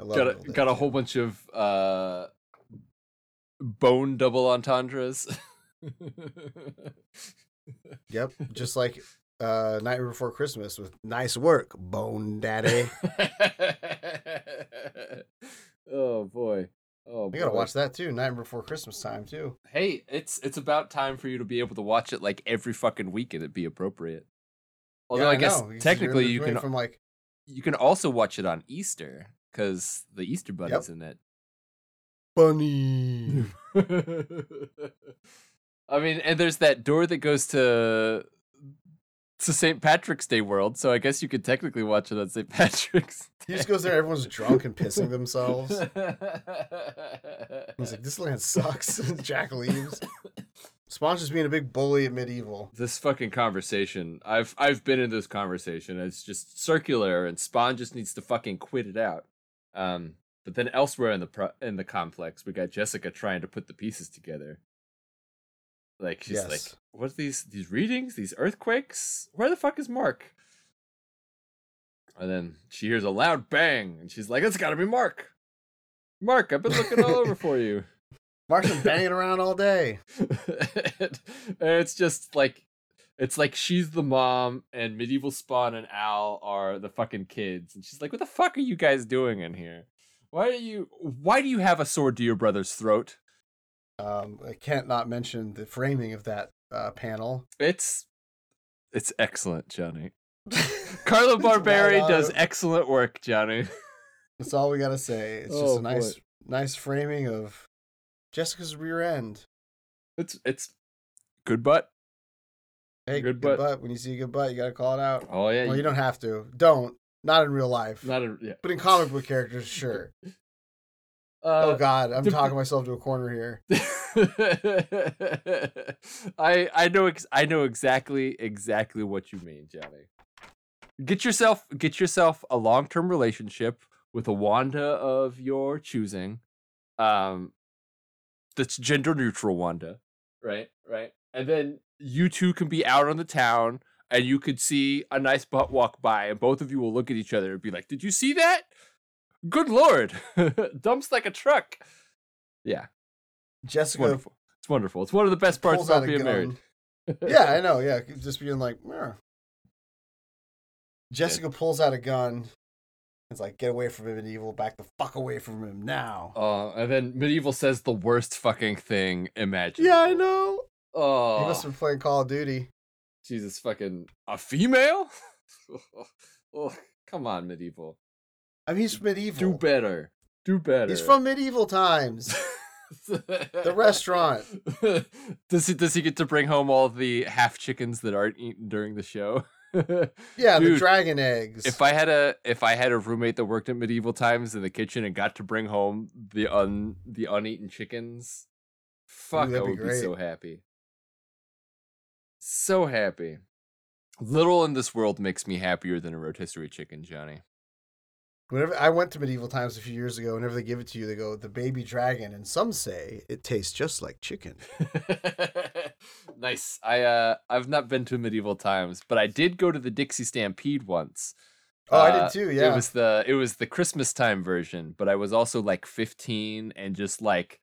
Speaker 1: I love
Speaker 2: got
Speaker 1: Evil
Speaker 2: a,
Speaker 1: Dead
Speaker 2: got a
Speaker 1: 2.
Speaker 2: whole bunch of uh bone double entendres.
Speaker 1: Yep, just like uh, Nightmare Before Christmas with "Nice work, Bone Daddy."
Speaker 2: oh boy. Oh,
Speaker 1: I gotta
Speaker 2: boy.
Speaker 1: watch that too. Nightmare Before Christmas time too.
Speaker 2: Hey, it's it's about time for you to be able to watch it like every fucking week and it'd be appropriate. Although
Speaker 1: Yeah,
Speaker 2: I guess
Speaker 1: know, 'cause you're
Speaker 2: technically
Speaker 1: in
Speaker 2: you
Speaker 1: between
Speaker 2: can
Speaker 1: from like
Speaker 2: you can also watch it on Easter because the Easter bunny's in it.
Speaker 1: bunny.
Speaker 2: I mean, and there's that door that goes to to St. Patrick's Day world, so I guess you could technically watch it on St. Patrick's.
Speaker 1: he just goes there. Everyone's drunk and pissing themselves. He's
Speaker 2: Day.
Speaker 1: like, "This land sucks." Jack leaves. Sponge is being a big bully at medieval.
Speaker 2: this fucking conversation. I've I've been in this conversation. It's just circular, and Spawn just needs to fucking quit it out. Um, but then elsewhere in the pro- in the complex, we got Jessica trying to put the pieces together. Like she's like,
Speaker 1: Yes.
Speaker 2: "What's these these readings? These earthquakes? Where the fuck is Mark?" And then she hears a loud bang, and she's like, "It's got to be Mark." Mark, I've been looking all over for you.
Speaker 1: Mark's been banging around all day.
Speaker 2: and it's just like it's like she's the mom and medieval spawn and al are the fucking kids and she's like what the fuck are you guys doing in here why are you why do you have a sword to your brother's throat
Speaker 1: Um, I can't not mention the framing of that uh, panel.
Speaker 2: it's it's excellent johnny carlo barberi
Speaker 1: Right
Speaker 2: does
Speaker 1: on.
Speaker 2: excellent work johnny
Speaker 1: That's all we gotta say. It's
Speaker 2: Oh,
Speaker 1: just
Speaker 2: boy.
Speaker 1: a nice, nice framing of Jessica's rear end.
Speaker 2: it's it's good butt
Speaker 1: Hey,
Speaker 2: Good
Speaker 1: good,
Speaker 2: butt.
Speaker 1: butt. When you see a good butt, you gotta call it out.
Speaker 2: oh yeah
Speaker 1: well,
Speaker 2: you
Speaker 1: you don't have to. Don't. Not in real life.
Speaker 2: not a yeah
Speaker 1: but in comic book characters, sure.
Speaker 2: uh,
Speaker 1: oh God, I'm
Speaker 2: the-
Speaker 1: talking myself to a corner here.
Speaker 2: I I know ex- I know exactly exactly what you mean, Johnny. Get yourself get yourself a long term relationship with a Wanda of your choosing, um, that's gender neutral Wanda, right? Right, and then you two can be out on the town, and you could see a nice butt walk by, and both of you will look at each other and be like, "Did you see that? Good lord, dumps like a truck." Yeah. It's
Speaker 1: Jessica
Speaker 2: wonderful. It's wonderful. It's one of the best parts
Speaker 1: pulls out
Speaker 2: about
Speaker 1: a
Speaker 2: being
Speaker 1: gun.
Speaker 2: married.
Speaker 1: yeah, I know. Yeah, just being like, "Meh." Jessica pulls out a gun. It's like, get away from him, medieval. Back the fuck away from him now.
Speaker 2: Uh, and then Medieval says the worst fucking thing imaginable.
Speaker 1: yeah, I know.
Speaker 2: Oh,
Speaker 1: He must have been playing Call of Duty.
Speaker 2: Jesus fucking. A female? oh, come on, Medieval.
Speaker 1: I mean, he's medieval.
Speaker 2: Do better. Do better.
Speaker 1: He's from medieval times. the restaurant.
Speaker 2: does he does he get to bring home all the half chickens that aren't eaten during the show?
Speaker 1: Yeah, the
Speaker 2: Dude,
Speaker 1: dragon eggs.
Speaker 2: If I had a if I had a roommate that worked at medieval times in the kitchen and got to bring home the un the uneaten chickens, fuck,
Speaker 1: that'd
Speaker 2: I
Speaker 1: be
Speaker 2: would be,
Speaker 1: great.
Speaker 2: so happy. So happy. Little in this world makes me happier than a rotisserie chicken, Johnny.
Speaker 1: Whenever I went to medieval times a few years ago, whenever they give it to you, they go the baby dragon, and some say it tastes just like chicken.
Speaker 2: nice. I uh I've not been to medieval times, but I did go to the Dixie Stampede once.
Speaker 1: Oh, I
Speaker 2: Uh,
Speaker 1: did too. Yeah,
Speaker 2: It was the it was the Christmas time version, but I was also like 15 and just like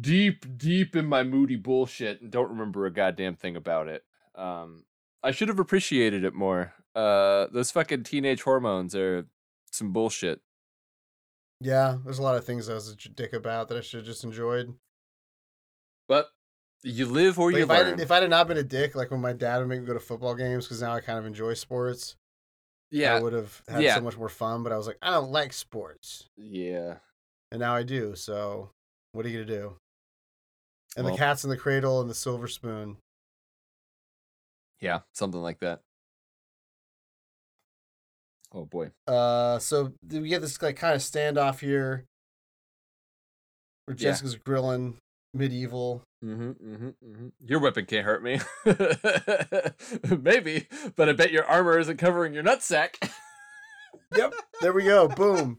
Speaker 2: deep deep in my moody bullshit and don't remember a goddamn thing about it. Um I should have appreciated it more. Uh those fucking teenage hormones are some bullshit.
Speaker 1: yeah. There's a lot of things I was a j- dick about that I should have just enjoyed.
Speaker 2: But you live or
Speaker 1: Like,
Speaker 2: you
Speaker 1: if I
Speaker 2: learn.
Speaker 1: did, if I had not been a dick, like when my dad would make me go to football games, because now I kind of enjoy sports.
Speaker 2: yeah.
Speaker 1: I would have had
Speaker 2: Yeah.
Speaker 1: so much more fun. But I was like, I don't like sports,
Speaker 2: yeah.
Speaker 1: and now I do. So what are you gonna do? And
Speaker 2: Well.
Speaker 1: the cats in the cradle and the silver spoon.
Speaker 2: Yeah, something like that. Oh boy.
Speaker 1: Uh, so th- we get this like kind of standoff here. Where
Speaker 2: Yeah.
Speaker 1: Jessica's grilling medieval.
Speaker 2: Mm-hmm, mm-hmm, mm-hmm. Your weapon can't hurt me. Maybe, but I bet your armor isn't covering your nutsack.
Speaker 1: There we go. Boom.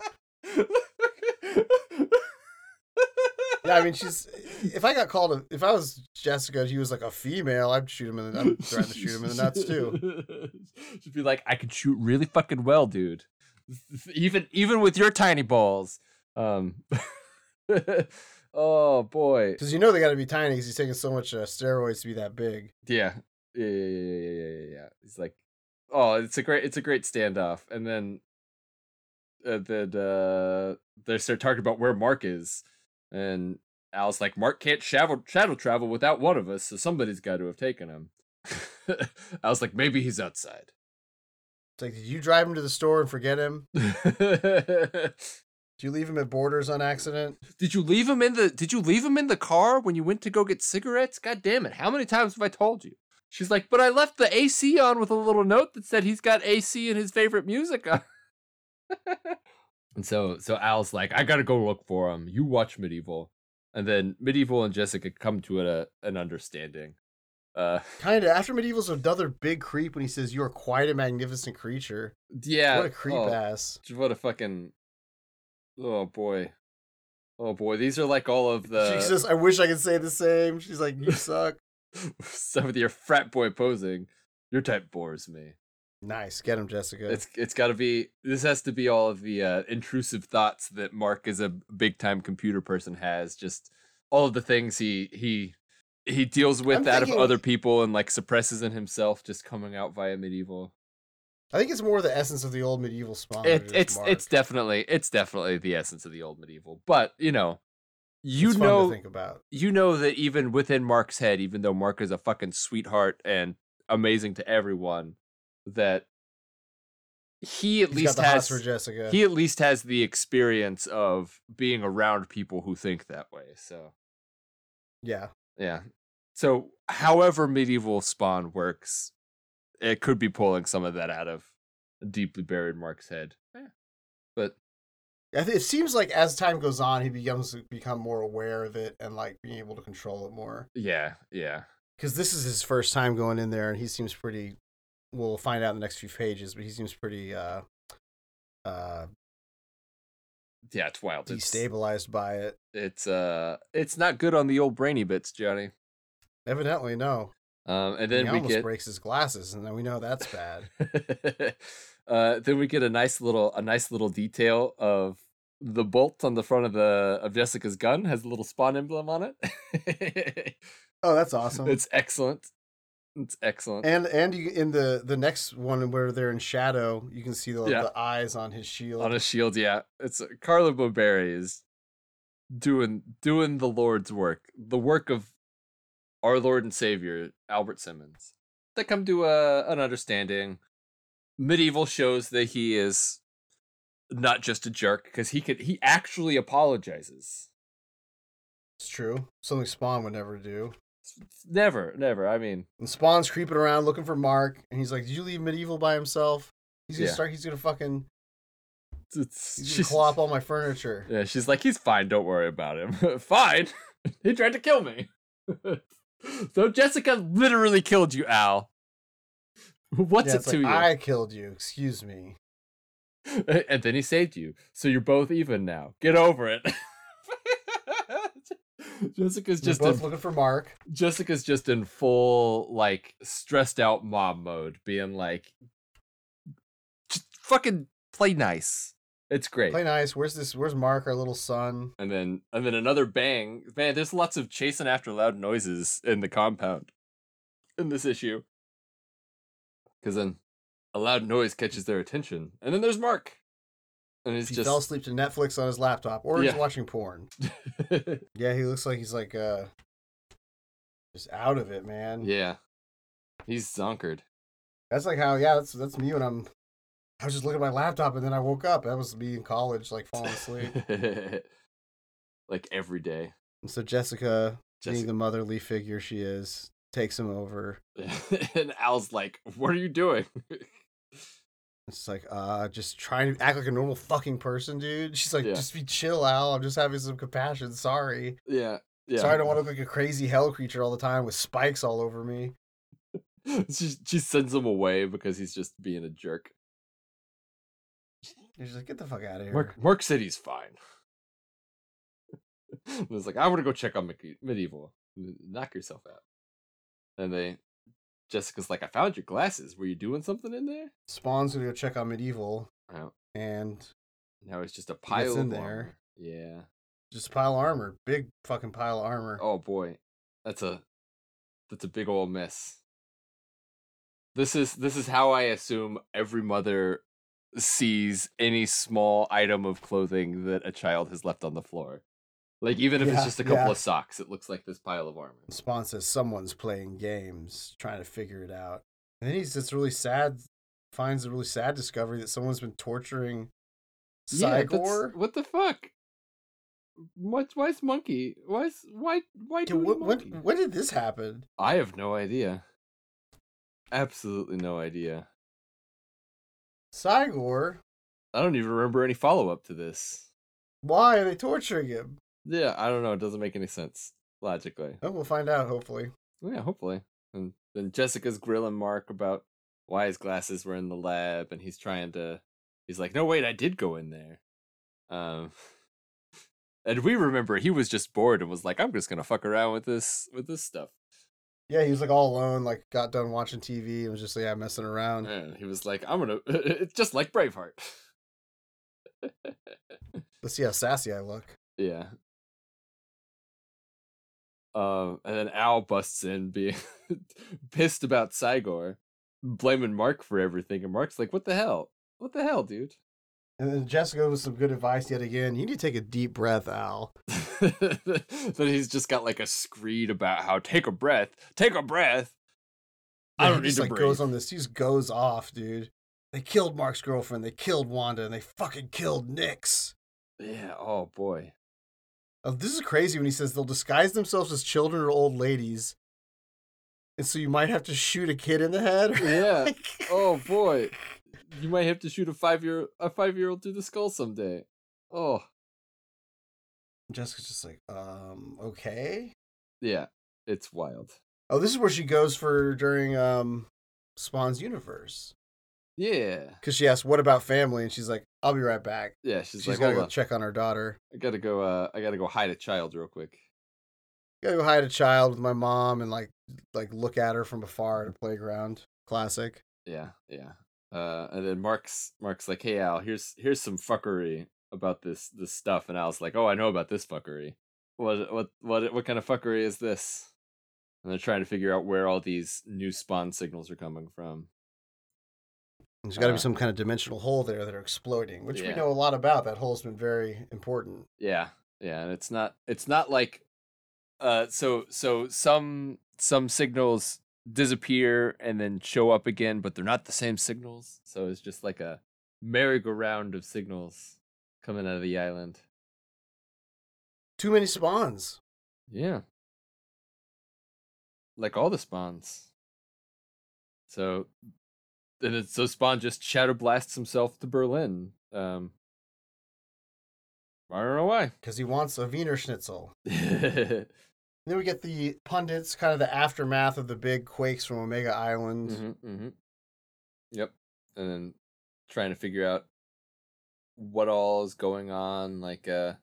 Speaker 1: Yeah, I mean, she's. If I got called, a, if I was Jessica, she was like a female. I'd shoot him in the. I'd threaten to shoot him in the nuts too.
Speaker 2: She'd be like, I could shoot really fucking well, dude. Even even with your tiny balls. Um Oh boy.
Speaker 1: Because you know they got to be tiny because he's taking so much uh, steroids to be that big.
Speaker 2: Yeah. Yeah, yeah, yeah, yeah, yeah, yeah, yeah. He's like, oh, it's a great, it's a great standoff, and then, uh, then uh, they start talking about where Mark is, and Al's like, Mark can't shadow shadow travel without one of us, so somebody's got to have taken him. I was like, maybe he's outside.
Speaker 1: It's like, did you drive him to the store and forget him?
Speaker 2: did
Speaker 1: Did you leave him at Borders on accident?
Speaker 2: you leave him in the? Did you leave him in the car when you went to go get cigarettes? God damn it! How many times have I told you? She's like, but I left the AC on with a little note that said he's got AC and his favorite music on. and so, so Al's like, I gotta go look for him. You watch Medieval, and then Medieval and Jessica come to a, an understanding. Uh,
Speaker 1: Kind of. After medieval's another big creep when he says, "You are quite a magnificent creature."
Speaker 2: yeah,
Speaker 1: what a creep
Speaker 2: oh.
Speaker 1: ass.
Speaker 2: J- what a fucking oh boy oh boy these are like all of the
Speaker 1: she says, "I wish I could say the same." She's like, "You suck."
Speaker 2: some of your frat boy posing your type bores me
Speaker 1: Nice, get him, Jessica.
Speaker 2: it's it's got to be this has to be all of the uh, intrusive thoughts that mark as a big time computer person has just all of the things he he he deals with
Speaker 1: I'm
Speaker 2: out of
Speaker 1: thinking-
Speaker 2: other people and like suppresses in himself just coming out via medieval
Speaker 1: I think it's more the essence of the old medieval spawn. than
Speaker 2: it,
Speaker 1: just
Speaker 2: it's
Speaker 1: Oh, Mark.
Speaker 2: it's definitely it's definitely the essence of the old medieval but you know you
Speaker 1: It's fun
Speaker 2: know
Speaker 1: to think about.
Speaker 2: you know that even within Mark's head, even though Mark is a fucking sweetheart and amazing to everyone, that he at
Speaker 1: He's
Speaker 2: least
Speaker 1: got the hots for
Speaker 2: has
Speaker 1: Jessica.
Speaker 2: he at least has the experience of being around people who think that way. So
Speaker 1: yeah,
Speaker 2: yeah. So however medieval spawn works, it could be pulling some of that out of deeply buried Mark's head. Yeah. But
Speaker 1: I thi- it seems like as time goes on, he becomes become more aware of it and like being able to control it more.
Speaker 2: yeah, yeah.
Speaker 1: Because this is his first time going in there, and he seems pretty. We'll find out in the next few pages, but he seems pretty uh, uh,
Speaker 2: Yeah, it's wild. It's,
Speaker 1: destabilized by it.
Speaker 2: it's uh it's not good on the old brainy bits, Johnny.
Speaker 1: Evidently, no.
Speaker 2: Um, and
Speaker 1: he
Speaker 2: then we
Speaker 1: almost
Speaker 2: get
Speaker 1: breaks his glasses, and then we know that's bad.
Speaker 2: uh, then we get a nice little a nice little detail of the bolt on the front of the of Jessica's gun has a little spawn emblem on it.
Speaker 1: oh, that's awesome.
Speaker 2: it's excellent. It's excellent.
Speaker 1: And and you, in the the next one where they're in shadow, you can see the,
Speaker 2: Yeah.
Speaker 1: the eyes on his shield.
Speaker 2: on a shield, yeah. It's uh, Carlo Boberi is doing doing the Lord's work, the work of our Lord and Savior Albert Simmons. They uh, come to a an understanding. Medieval shows that he is not just a jerk because he could he actually apologizes.
Speaker 1: It's true. Something Spawn would never do.
Speaker 2: Never, never. I mean,
Speaker 1: And Spawn's creeping around looking for Mark, and he's like, "Did you leave Medieval by himself? He's gonna
Speaker 2: Yeah.
Speaker 1: start. He's gonna fucking.
Speaker 2: it's,
Speaker 1: He's gonna
Speaker 2: she's,
Speaker 1: claw up all my furniture."
Speaker 2: yeah, she's like, he's fine. Don't worry about him. fine. he tried to kill me. so Jessica literally killed you, Al. What's
Speaker 1: Yeah,
Speaker 2: it
Speaker 1: it's like,
Speaker 2: to you?
Speaker 1: I killed you. Excuse me.
Speaker 2: and then he saved you. So you're both even now. Get over it. Jessica's
Speaker 1: Just
Speaker 2: just
Speaker 1: both
Speaker 2: in,
Speaker 1: looking for Mark.
Speaker 2: Jessica's just in full like stressed out mom mode, being like, just fucking play nice. It's great.
Speaker 1: Play nice. Where's this? Where's Mark, our little son?
Speaker 2: and then and then another bang. Man, there's lots of chasing after loud noises in the compound in this issue. Because then a loud noise catches their attention, and then there's Mark, and he's
Speaker 1: He
Speaker 2: just
Speaker 1: fell asleep to Netflix on his laptop, or he's
Speaker 2: Yeah.
Speaker 1: watching porn. Yeah, he looks like he's like uh, just out of it, man.
Speaker 2: yeah, he's zonkered.
Speaker 1: That's like how. Yeah, that's that's me when I'm. I was just looking at my laptop, and then I woke up. That was me in college, like falling asleep.
Speaker 2: like every day.
Speaker 1: and so Jessica being
Speaker 2: Jessica.
Speaker 1: the motherly figure she is, takes him over.
Speaker 2: and Al's like, "What are you doing?"
Speaker 1: It's like, uh, just trying to act like a normal fucking person, dude. She's like,
Speaker 2: Yeah.
Speaker 1: just be chill, Al. I'm just having some compassion. Sorry.
Speaker 2: yeah, yeah.
Speaker 1: Sorry, I don't want to look like a crazy hell creature all the time with spikes all over me.
Speaker 2: she she sends him away because he's just being a jerk.
Speaker 1: And she's like, get the fuck out of here.
Speaker 2: Mark Mark said he's fine. and it's like, "I want to go check on Mickey, medieval. N- Knock yourself out." And they, Jessica's like, "I found your glasses. Were you doing something in there?"
Speaker 1: Spawn's gonna go check on Medieval
Speaker 2: Oh,
Speaker 1: and
Speaker 2: now it's just a pile
Speaker 1: in
Speaker 2: of
Speaker 1: there.
Speaker 2: armor. Yeah.
Speaker 1: just pile of armor, big fucking pile of armor.
Speaker 2: Oh boy, that's a that's a big old mess. This is this is how I assume every mother sees any small item of clothing that a child has left on the floor. Like even if
Speaker 1: Yeah,
Speaker 2: it's just a couple
Speaker 1: yeah.
Speaker 2: of socks, it looks like this pile of armor.
Speaker 1: And Spawn says someone's playing games, trying to figure it out. And then he's just really sad, finds a really sad discovery that someone's been torturing
Speaker 2: Yeah, that's-
Speaker 1: Cygor.
Speaker 2: what the fuck? What? Why is monkey? Why is why why
Speaker 1: Okay,
Speaker 2: do
Speaker 1: what, what,
Speaker 2: monkey?
Speaker 1: when did this happen?
Speaker 2: I have no idea. Absolutely no idea.
Speaker 1: Cygor,
Speaker 2: I don't even remember any follow up to this.
Speaker 1: why are they torturing him?
Speaker 2: Yeah, I don't know. It doesn't make any sense logically.
Speaker 1: Oh, we'll find out, hopefully.
Speaker 2: Well, Yeah, hopefully. And then Jessica's grilling Mark about why his glasses were in the lab, and he's trying to. He's like, "No, wait, I did go in there." Um, and we remember he was just bored and was like, "I'm just gonna fuck around with this with this stuff."
Speaker 1: Yeah, he was like all alone, like got done watching TV and was just like, yeah, messing around.
Speaker 2: And he was like, "I'm gonna," it's just like Braveheart.
Speaker 1: Let's see how sassy I look.
Speaker 2: Yeah. Um, and then Al busts in, being pissed about Cygor, blaming Mark for everything, and Mark's like, "What the hell? What the hell, dude?"
Speaker 1: And then Jessica with some good advice yet again. You need to take a deep breath, Al.
Speaker 2: then he's just got like a screed about how take a breath, take a breath. I
Speaker 1: Yeah,
Speaker 2: don't
Speaker 1: he
Speaker 2: need
Speaker 1: just,
Speaker 2: to
Speaker 1: like
Speaker 2: breathe.
Speaker 1: goes on this. He just goes off, dude. They killed Mark's girlfriend. They killed Wanda, and they fucking killed Nix.
Speaker 2: Yeah. Oh boy.
Speaker 1: Oh, this is crazy when he says they'll disguise themselves as children or old ladies, and so you might have to shoot a kid in the head.
Speaker 2: Yeah.
Speaker 1: Like,
Speaker 2: Oh boy. You might have to shoot a five year a five year old through the skull someday. Oh
Speaker 1: Jessica's just like, um, okay.
Speaker 2: yeah. It's wild.
Speaker 1: Oh, this is where she goes for during um Spawn's universe
Speaker 2: Yeah.
Speaker 1: because she asks, "What about family?" and she's like, "I'll be right back."
Speaker 2: Yeah. She's,
Speaker 1: She's
Speaker 2: like,
Speaker 1: gotta
Speaker 2: Hold
Speaker 1: go
Speaker 2: on.
Speaker 1: check on her daughter.
Speaker 2: I gotta go. Uh, I gotta go hide a child real quick.
Speaker 1: gotta go hide a child with my mom and like like look at her from afar at a playground. Classic.
Speaker 2: Yeah, yeah. Uh, and then Mark's Mark's like, "Hey Al, here's here's some fuckery about this this stuff," and Al's like, "Oh, I know about this fuckery. What what what what kind of fuckery is this?" And they're trying to figure out where all these new spawn signals are coming from.
Speaker 1: There's got to
Speaker 2: Uh,
Speaker 1: be some kind of dimensional hole there that are exploding, which we
Speaker 2: yeah.
Speaker 1: know a lot about. That hole's been very important.
Speaker 2: Yeah, yeah, and it's not it's not like, uh, so so some some signals disappear and then show up again, but they're not the same signals. So it's just like a merry-go-round of signals coming out of the island.
Speaker 1: Too many spawns.
Speaker 2: Yeah. Like all the spawns. So and it's, so Spawn just shadow blasts himself to Berlin. Um I don't know why.
Speaker 1: Because he wants a Wiener Schnitzel. And then we get the pundits, kind of the aftermath of the big quakes from Omega Island.
Speaker 2: Mhm, mhm. Yep. And then trying to figure out what all is going on, like uh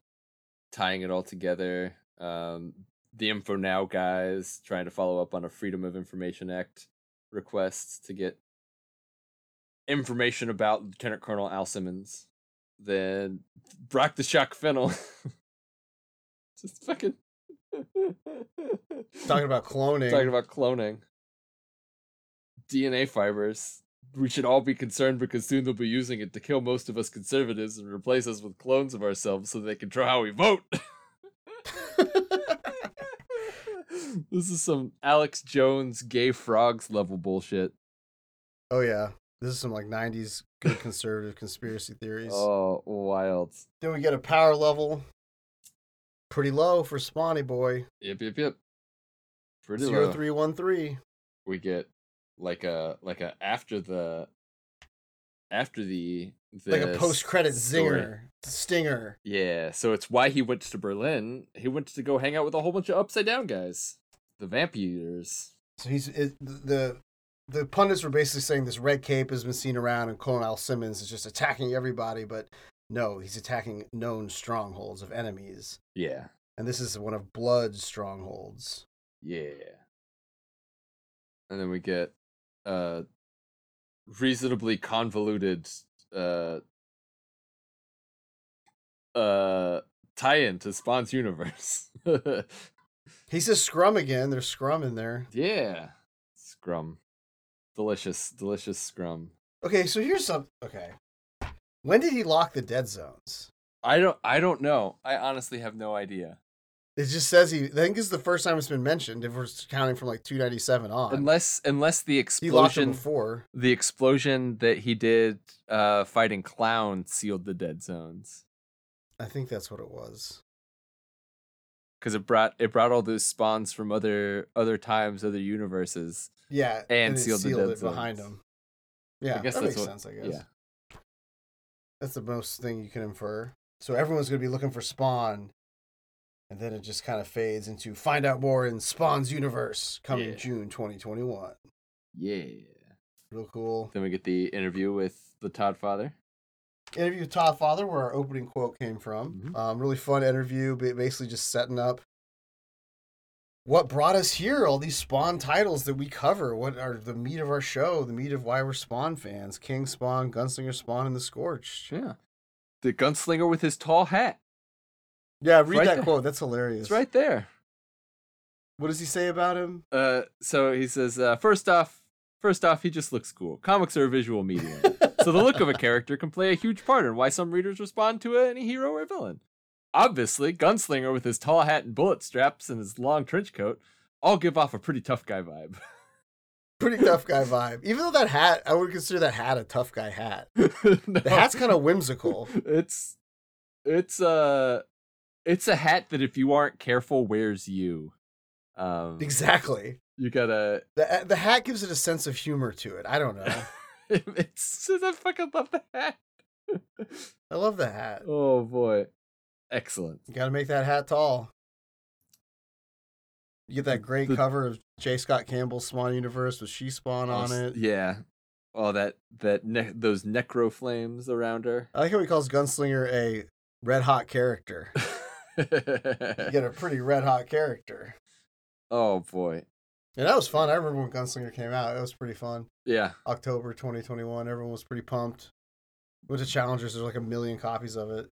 Speaker 2: tying it all together. Um the Info Now guys trying to follow up on a Freedom of Information Act request to get information about Lieutenant Colonel Al Simmons. Then Brock the Shock Fennel. Just fucking
Speaker 1: Talking about cloning.
Speaker 2: talking about cloning DNA fibers. We should all be concerned because soon they'll be using it to kill most of us conservatives and replace us with clones of ourselves so they control how we vote. this is some Alex Jones gay frogs level bullshit.
Speaker 1: oh yeah, this is some like '90s good conservative conspiracy theories.
Speaker 2: Oh, wild.
Speaker 1: Then we get a power level, pretty low for Spawny Boy.
Speaker 2: Yep, yep, yep. Pretty
Speaker 1: Zero
Speaker 2: low.
Speaker 1: three one three.
Speaker 2: we get like a like a after the after the, the
Speaker 1: Like a post credit
Speaker 2: story.
Speaker 1: zinger, stinger.
Speaker 2: Yeah, so it's why he went to Berlin. He went to go hang out with a whole bunch of upside down guys, the vampires.
Speaker 1: So he's it, the the pundits were basically saying this red cape has been seen around, and Colonel Al Simmons is just attacking everybody. But no, he's attacking known strongholds of enemies,
Speaker 2: Yeah,
Speaker 1: and this is one of Blood's strongholds.
Speaker 2: yeah. And then we get uh reasonably convoluted uh uh tie-in to Spawn's universe.
Speaker 1: He says scrum again. There's scrum in there.
Speaker 2: yeah, scrum, delicious, delicious scrum.
Speaker 1: Okay, so here's some. Okay, when did he lock the dead zones?
Speaker 2: I don't, I don't know. I honestly have no idea.
Speaker 1: It just says he. I think this is the first time it's been mentioned. If we're counting from like 297 on,
Speaker 2: Unless, unless the
Speaker 1: he locked
Speaker 2: explosion
Speaker 1: them before.
Speaker 2: the explosion that he did uh fighting clown sealed the dead zones
Speaker 1: I think that's what it was.
Speaker 2: because it brought it brought all those spawns from other other times other universes
Speaker 1: Yeah,
Speaker 2: And
Speaker 1: it
Speaker 2: sealed the dead
Speaker 1: it behind
Speaker 2: zones.
Speaker 1: him. Yeah,
Speaker 2: I guess
Speaker 1: that
Speaker 2: that's
Speaker 1: makes
Speaker 2: what-
Speaker 1: sense. I guess.
Speaker 2: yeah.
Speaker 1: That's the most thing you can infer. So everyone's gonna be looking for Spawn, and then it just kind of fades into find out more in Spawn's universe coming
Speaker 2: Yeah.
Speaker 1: June 2021.
Speaker 2: yeah
Speaker 1: Real cool.
Speaker 2: then we get the interview with the todd father
Speaker 1: interview with Todd Father, where our opening quote came from.
Speaker 2: Mhm.
Speaker 1: Um, really fun interview, ba- basically just setting up what brought us here. All these Spawn titles that we cover. What are the meat of our show? The meat of why we're Spawn fans: King Spawn, Gunslinger Spawn, and the Scorch.
Speaker 2: yeah the gunslinger with his tall hat
Speaker 1: Yeah,
Speaker 2: read
Speaker 1: read
Speaker 2: Right that
Speaker 1: that
Speaker 2: there.
Speaker 1: quote. That's hilarious.
Speaker 2: it's right there
Speaker 1: What does he say about him?
Speaker 2: uh so he says uh first off first off he just looks cool comics are a visual medium so the look of a character can play a huge part in why some readers respond to any hero or villain. Obviously, Gunslinger with his tall hat and bullet straps and his long trench coat all give off a pretty tough guy vibe.
Speaker 1: Pretty tough guy vibe. Even though that hat, I would consider that hat a tough guy hat.
Speaker 2: No.
Speaker 1: The hat's kind of whimsical.
Speaker 2: It's it's a it's a hat that if you aren't careful wears you. Um,
Speaker 1: exactly.
Speaker 2: You gotta.
Speaker 1: The, the hat gives it a sense of humor to it. I don't know.
Speaker 2: it's I fucking love the hat.
Speaker 1: I love the hat.
Speaker 2: Oh boy, excellent.
Speaker 1: You got to make that hat tall. You get that great
Speaker 2: The-
Speaker 1: cover of J. Scott Campbell's Spawn Universe with She Spawn on
Speaker 2: Oh, s-
Speaker 1: it.
Speaker 2: Yeah. Oh, that that ne- those necro flames around her.
Speaker 1: I like how he calls Gunslinger a red hot character. You get a pretty red hot character.
Speaker 2: oh boy.
Speaker 1: And that was fun. I remember when Gunslinger came out. That was pretty fun.
Speaker 2: Yeah.
Speaker 1: October 2021. Everyone was pretty pumped. Went to Challengers. There's like a million copies of it.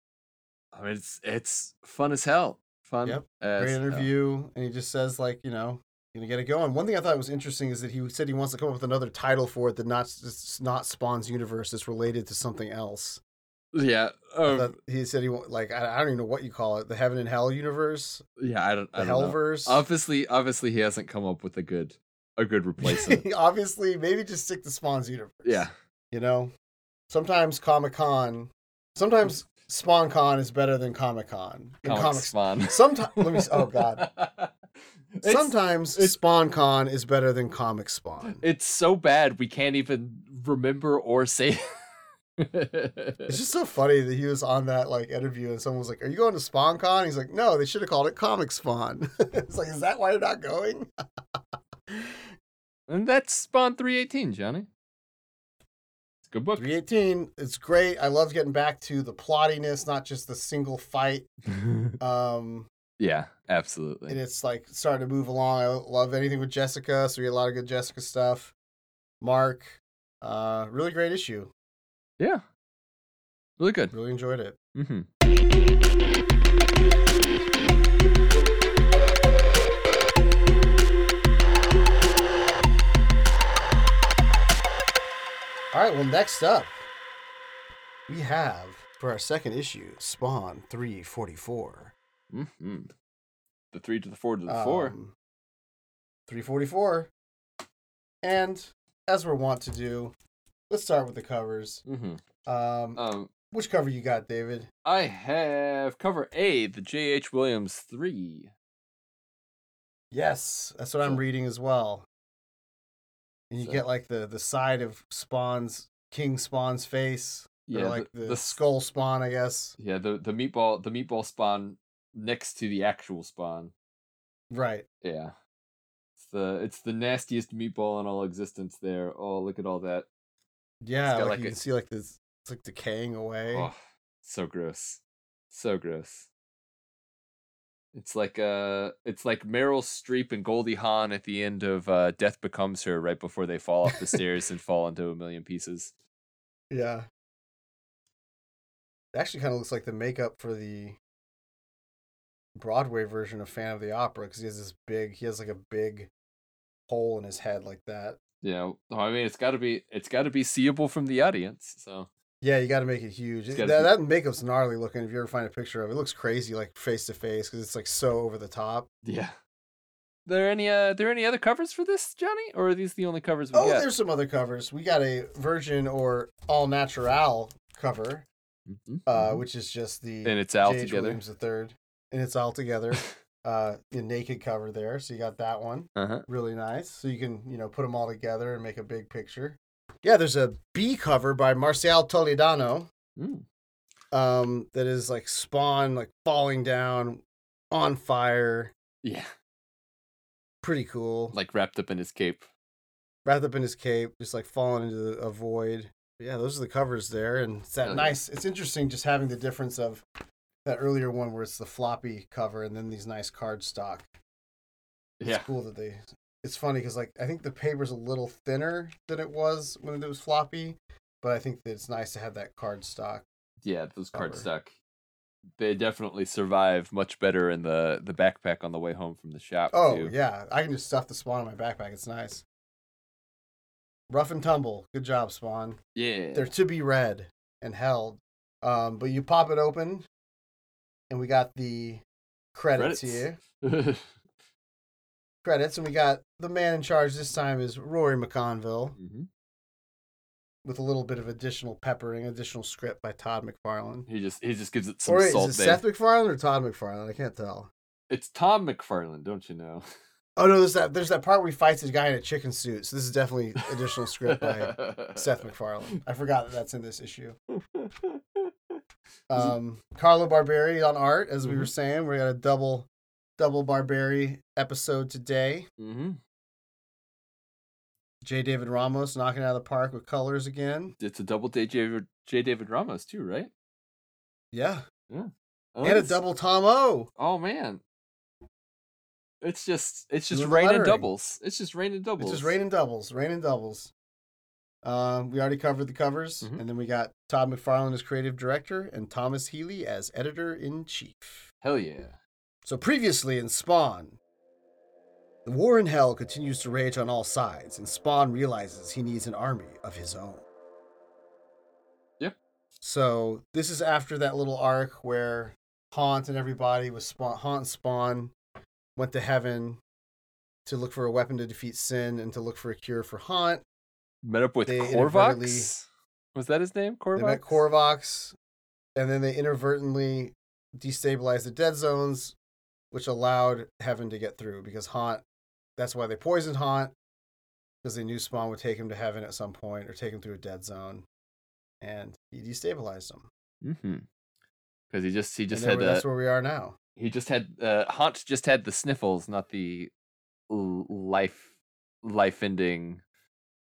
Speaker 2: I mean, it's it's fun as hell. Fun.
Speaker 1: Yep.
Speaker 2: as
Speaker 1: Great
Speaker 2: hell.
Speaker 1: interview. And he just says, like, you know, gonna get it going. One thing I thought was interesting is that he said he wants to come up with another title for it that not, that's not Spawn's universe. That's related to something else.
Speaker 2: Yeah.
Speaker 1: I
Speaker 2: Oh,
Speaker 1: thought he said he wa- like I, I don't even know what you call it the heaven and hell universe
Speaker 2: yeah. I don't.
Speaker 1: the
Speaker 2: I don't know.
Speaker 1: hellverse
Speaker 2: Obviously, obviously, he hasn't come up with a good a good replacement.
Speaker 1: obviously maybe just stick to spawn's universe
Speaker 2: yeah.
Speaker 1: you know Sometimes Comic Con, sometimes Spawn Con is better than Comic Con.
Speaker 2: Comic Spawn.
Speaker 1: Sometimes, let me. s- Oh God.
Speaker 2: It's-
Speaker 1: sometimes
Speaker 2: it's-
Speaker 1: Spawn Con is better than Comic Spawn.
Speaker 2: It's so bad we can't even remember or say.
Speaker 1: It's just so funny that he was on that like interview and someone was like, "Are you going to Spawn Con?" He's like, "No, they should have called it Comic Spawn." it's like, is that why you're not going?
Speaker 2: and that's Spawn 318, Johnny. It's a good book.
Speaker 1: 318, it's great. I love getting back to the plottiness, not just the single fight. Um,
Speaker 2: yeah,
Speaker 1: and
Speaker 2: absolutely.
Speaker 1: it's like starting to move along. I love anything with Jessica, so we get a lot of good Jessica stuff. Mark, uh, really great issue.
Speaker 2: Yeah. Really good.
Speaker 1: Really enjoyed it.
Speaker 2: Mm-hmm.
Speaker 1: All right, well, next up, we have for our second issue, Spawn 344.
Speaker 2: Mm-hmm. The three to the four to the four.
Speaker 1: Um, 344. And as we're wont to do, let's start with the covers.
Speaker 2: Mm-hmm.
Speaker 1: Um,
Speaker 2: Um,
Speaker 1: which cover you got, David?
Speaker 2: I have cover A, the J.H. Williams 3.
Speaker 1: Yes, that's what I'm
Speaker 2: So-
Speaker 1: reading as well. And you
Speaker 2: So-
Speaker 1: get like the the side of Spawn's King Spawn's face, or like the,
Speaker 2: the
Speaker 1: skull Spawn, I guess.
Speaker 2: Yeah, the the meatball the meatball spawn next to the actual spawn.
Speaker 1: Right.
Speaker 2: Yeah. It's the it's the nastiest meatball in all existence there. Oh, look at all that.
Speaker 1: Yeah,
Speaker 2: got
Speaker 1: like,
Speaker 2: like
Speaker 1: you
Speaker 2: a-
Speaker 1: can see like this, it's like decaying away.
Speaker 2: Oh, so gross. So gross. It's like uh it's like Meryl Streep and Goldie Hawn at the end of uh, Death Becomes Her right before they fall off the stairs and fall into a million pieces.
Speaker 1: Yeah. It actually kind of looks like the makeup for the Broadway version of Fan of the Opera because he has this big, he has like a big hole in his head like that.
Speaker 2: Yeah. Oh, I mean it's gotta be it's gotta be seeable from the audience, so
Speaker 1: Yeah, you got to make it huge.
Speaker 2: It's
Speaker 1: That,
Speaker 2: gotta
Speaker 1: that makeup's gnarly looking. If you ever find a picture of it, it looks crazy like face to face because it's like so over the top.
Speaker 2: Yeah. There any uh there any other covers for this, Johnny? Or are these the only covers we
Speaker 1: Oh,
Speaker 2: got?
Speaker 1: there's some other covers. We got a virgin or all natural cover,
Speaker 2: Mhm,
Speaker 1: uh,
Speaker 2: mhm.
Speaker 1: which is just the
Speaker 2: and it's out
Speaker 1: J.H.
Speaker 2: together.
Speaker 1: Williams the third, and it's all together. uh, the naked cover there, so you got that one.
Speaker 2: Uh-huh.
Speaker 1: really nice. So you can, you know, put them all together and make a big picture. Yeah, there's a B cover by Marcial Toledano
Speaker 2: Mm.
Speaker 1: um, that is like Spawn, like falling down on fire.
Speaker 2: Yeah.
Speaker 1: Pretty cool. Like
Speaker 2: Like wrapped up in his cape.
Speaker 1: wrapped up in his cape, just like falling into the, a void. But yeah, those are the covers there, and it's that
Speaker 2: Hell yeah.
Speaker 1: nice. It's interesting just having the difference of that earlier one where it's the floppy cover and then these nice cardstock. it's
Speaker 2: Yeah.
Speaker 1: cool that they it's funny because like i think the paper's a little thinner than it was when it was floppy but i think that it's nice to have that card stock
Speaker 2: Yeah, those
Speaker 1: Cover.
Speaker 2: cardstock. They definitely survive much better in the the backpack on the way home from the shop
Speaker 1: oh
Speaker 2: too.
Speaker 1: yeah i can just stuff the spawn in my backpack it's nice rough and tumble good job spawn
Speaker 2: Yeah.
Speaker 1: they're to be read and held um, but you pop it open and we got the credits,
Speaker 2: Credits.
Speaker 1: here
Speaker 2: Mm-hmm.
Speaker 1: credits and we got the man in charge this time is rory mcconville
Speaker 2: Mhm.
Speaker 1: with a little bit of additional peppering additional script by todd mcfarlane
Speaker 2: He just he just gives it some
Speaker 1: or wait,
Speaker 2: salt
Speaker 1: is it
Speaker 2: there.
Speaker 1: Seth MacFarlane or Todd MacFarlane? I can't tell.
Speaker 2: It's Tom McFarlane, don't you know?
Speaker 1: Oh no, there's that there's that part where he fights this guy in a chicken suit. So this is definitely additional script by Seth MacFarlane. I forgot that that's in this issue. Um, Carlo Barberi on art, as we were
Speaker 2: Mhm.
Speaker 1: saying, we got a double double Barberi episode today.
Speaker 2: hmm
Speaker 1: J. David Ramos knocking it out of the park with colors again.
Speaker 2: It's a double J. J. J. David Ramos too, right?
Speaker 1: Yeah,
Speaker 2: Oh,
Speaker 1: and a
Speaker 2: that's-
Speaker 1: double Tom O.
Speaker 2: Oh man. It's just it's just
Speaker 1: Doing the
Speaker 2: raining
Speaker 1: lettering.
Speaker 2: doubles. It's just raining doubles.
Speaker 1: It's just raining doubles, raining doubles. Um, we already covered the covers,
Speaker 2: Mhm.
Speaker 1: and then we got Todd McFarlane as creative director and Thomas Healy as editor in chief.
Speaker 2: Hell yeah.
Speaker 1: So previously in Spawn, the war in hell continues to rage on all sides, and Spawn realizes he needs an army of his own.
Speaker 2: Yep.
Speaker 1: So this is after that little arc where Haunt and everybody was Spawn, Haunt and Spawn went to heaven to look for a weapon to defeat Sin and to look for a cure for Haunt.
Speaker 2: Met up with
Speaker 1: They
Speaker 2: Corvox. Was that his name? Korvac?
Speaker 1: They met Corvox, and then they inadvertently destabilized the dead zones, which allowed Heaven to get through because Haunt. That's why they poisoned Haunt because they knew Spawn would take him to Heaven at some point or take him through a dead zone, and he destabilized him.
Speaker 2: Mm-hmm. Because he just he just
Speaker 1: and then
Speaker 2: had
Speaker 1: we're-
Speaker 2: uh,
Speaker 1: that's where we are now.
Speaker 2: he just had uh, Haunt just had the sniffles, not the l- life life ending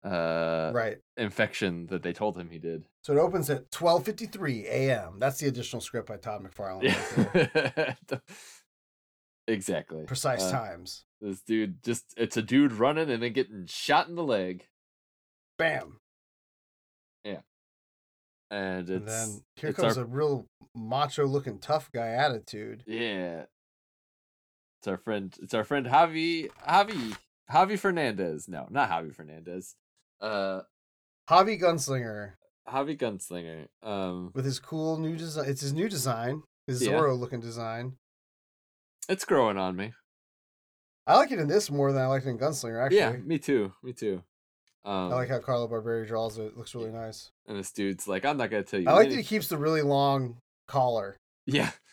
Speaker 2: uh
Speaker 1: right.
Speaker 2: infection that they told him he did.
Speaker 1: So it opens at 12:53 a.m. That's the additional script by Todd McFarlane.
Speaker 2: Yeah. exactly.
Speaker 1: Precise
Speaker 2: Uh,
Speaker 1: times.
Speaker 2: This dude just it's a dude running and then getting shot in the leg.
Speaker 1: Bam.
Speaker 2: And it's
Speaker 1: And then here
Speaker 2: it's
Speaker 1: comes
Speaker 2: our-
Speaker 1: a real macho looking tough guy attitude.
Speaker 2: yeah. It's our friend it's our friend Javi Javi Javi Fernandez. No, not Javi Fernandez. Uh
Speaker 1: Javi Gunslinger
Speaker 2: Javi Gunslinger. Um
Speaker 1: with his cool new design. It's his new design, his
Speaker 2: Yeah.
Speaker 1: Zorro looking design.
Speaker 2: it's growing on me.
Speaker 1: I like it in this more than I liked it in Gunslinger, actually.
Speaker 2: Yeah, me too. Me too. Um
Speaker 1: I like how Carlo Barberi draws it. It looks really nice.
Speaker 2: and this dude's like, I'm not gonna tell you.
Speaker 1: I like that
Speaker 2: any-"
Speaker 1: he keeps the really long collar.
Speaker 2: Yeah.
Speaker 1: 'Cause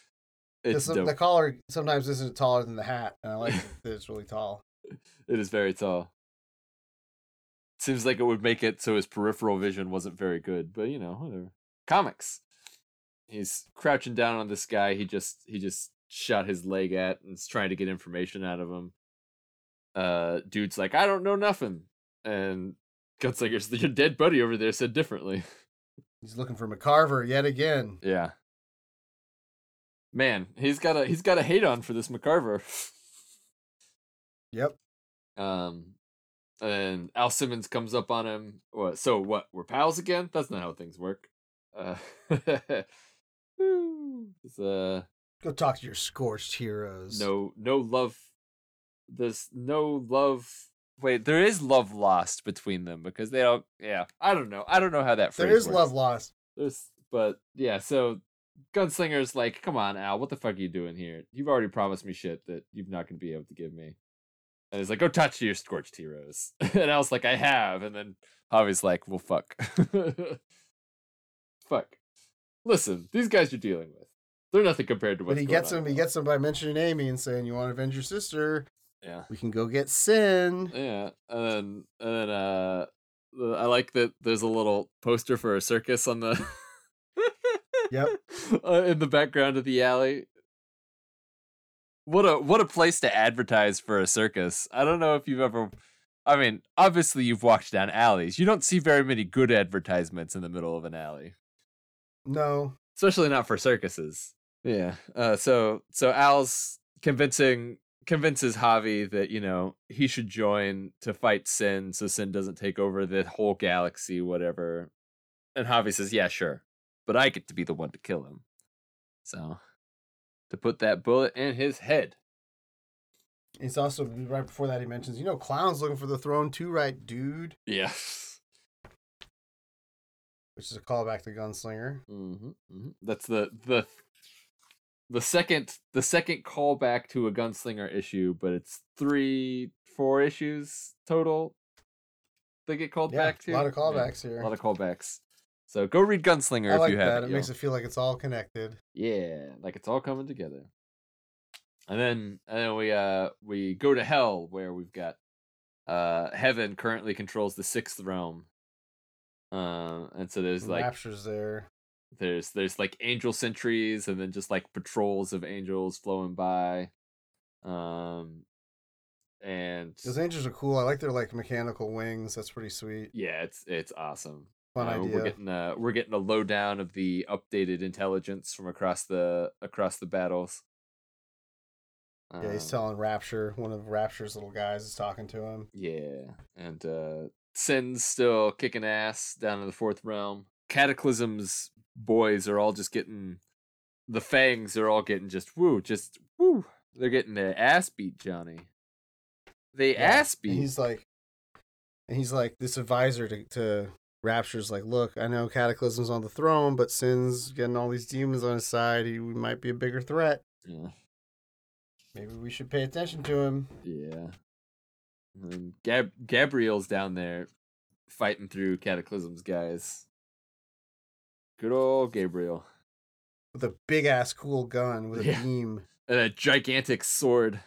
Speaker 2: It's
Speaker 1: some-
Speaker 2: dope.
Speaker 1: the collar sometimes isn't taller than the hat, and I like that it's really tall.
Speaker 2: It is very tall. Seems like it would make it so his peripheral vision wasn't very good, but you know, whatever. Comics. He's crouching down on this guy. He just he just shot his leg at and is trying to get information out of him. Uh, dude's like, I don't know nothing, and Gunslinger's your dead buddy over there said differently.
Speaker 1: He's looking for McCarver yet again.
Speaker 2: Yeah. Man, he's got a he's got a hate on for this McCarver.
Speaker 1: Yep.
Speaker 2: Um, and Al Simmons comes up on him. What? So what? We're pals again? That's not how things work. Uh, whew, it's, uh,
Speaker 1: Go talk to your scorched heroes.
Speaker 2: no, no love. There's no love. Wait, there is love lost between them because they don't. Yeah, I don't know. I don't know how that phrase.
Speaker 1: there is
Speaker 2: works.
Speaker 1: love lost.
Speaker 2: There's, but yeah. So Gunslinger's like, come on, Al, what the fuck are you doing here? You've already promised me shit that you're not gonna be able to give me. And he's like, go touch your scorched heroes. and I was like, I have. And then Javi's like, well, fuck. fuck. Listen, these guys you're dealing with, they're nothing compared to what
Speaker 1: But he gets him. He gets him by mentioning Amy and saying, "You want to avenge your sister?
Speaker 2: Yeah.
Speaker 1: We can go get Sin."
Speaker 2: Yeah, and then and then uh, the- I like that there's a little poster for a circus on the.
Speaker 1: Yep.
Speaker 2: uh, in the background of the alley. What a what a place to advertise for a circus. I don't know if you've ever. I mean, obviously you've walked down alleys. You don't see very many good advertisements in the middle of an alley
Speaker 1: No,
Speaker 2: especially not for circuses. Yeah. Uh, so so Al's convincing convinces Javi that you know he should join to fight Sin, so Sin doesn't take over the whole galaxy, whatever. And Javi says, "Yeah, sure, but I get to be the one to kill him." So to put that bullet in his head.
Speaker 1: it's also right before that he mentions, "You know, clowns looking for the throne too, right, dude?"
Speaker 2: Yes.
Speaker 1: Which is a callback to Gunslinger.
Speaker 2: hmm That's the the the second the second callback to a gunslinger issue, but it's three four issues total. They get called
Speaker 1: Yeah,
Speaker 2: back to
Speaker 1: a lot of
Speaker 2: Yeah,
Speaker 1: callbacks here.
Speaker 2: a lot of callbacks. So go read Gunslinger
Speaker 1: I
Speaker 2: if
Speaker 1: like
Speaker 2: you
Speaker 1: that.
Speaker 2: haven't.
Speaker 1: It
Speaker 2: y'all.
Speaker 1: makes it feel like it's all connected.
Speaker 2: Yeah, like it's all coming together. And then and then we uh we go to hell where we've got uh heaven currently controls the sixth realm. Um and so there's like
Speaker 1: Rapture's there.
Speaker 2: there's there's like angel sentries and then just like patrols of angels flowing by um and
Speaker 1: Those angels are cool. I like their like mechanical wings. That's pretty sweet.
Speaker 2: yeah it's it's awesome
Speaker 1: Fun
Speaker 2: Uh,
Speaker 1: idea.
Speaker 2: we're getting a we're getting a lowdown of the updated intelligence from across the across the battles
Speaker 1: yeah, he's
Speaker 2: Um,
Speaker 1: telling Rapture. One of Rapture's little guys is talking to him.
Speaker 2: Yeah, and uh Sin's still kicking ass down in the fourth realm. Cataclysm's boys are all just getting the fangs are all getting just woo, just woo. They're getting their ass beat, Johnny. They
Speaker 1: Yeah,
Speaker 2: ass
Speaker 1: And
Speaker 2: beat.
Speaker 1: he's like, and he's like this advisor to, to Rapture's like, look, I know Cataclysm's on the throne, but Sin's getting all these demons on his side. He might be a bigger threat.
Speaker 2: Yeah.
Speaker 1: Maybe we should pay attention to him.
Speaker 2: yeah. And then Gab- Gabriel's down there fighting through Cataclysm's guys. Good old Gabriel.
Speaker 1: with a big ass cool gun with a
Speaker 2: Yeah.
Speaker 1: beam.
Speaker 2: And a gigantic sword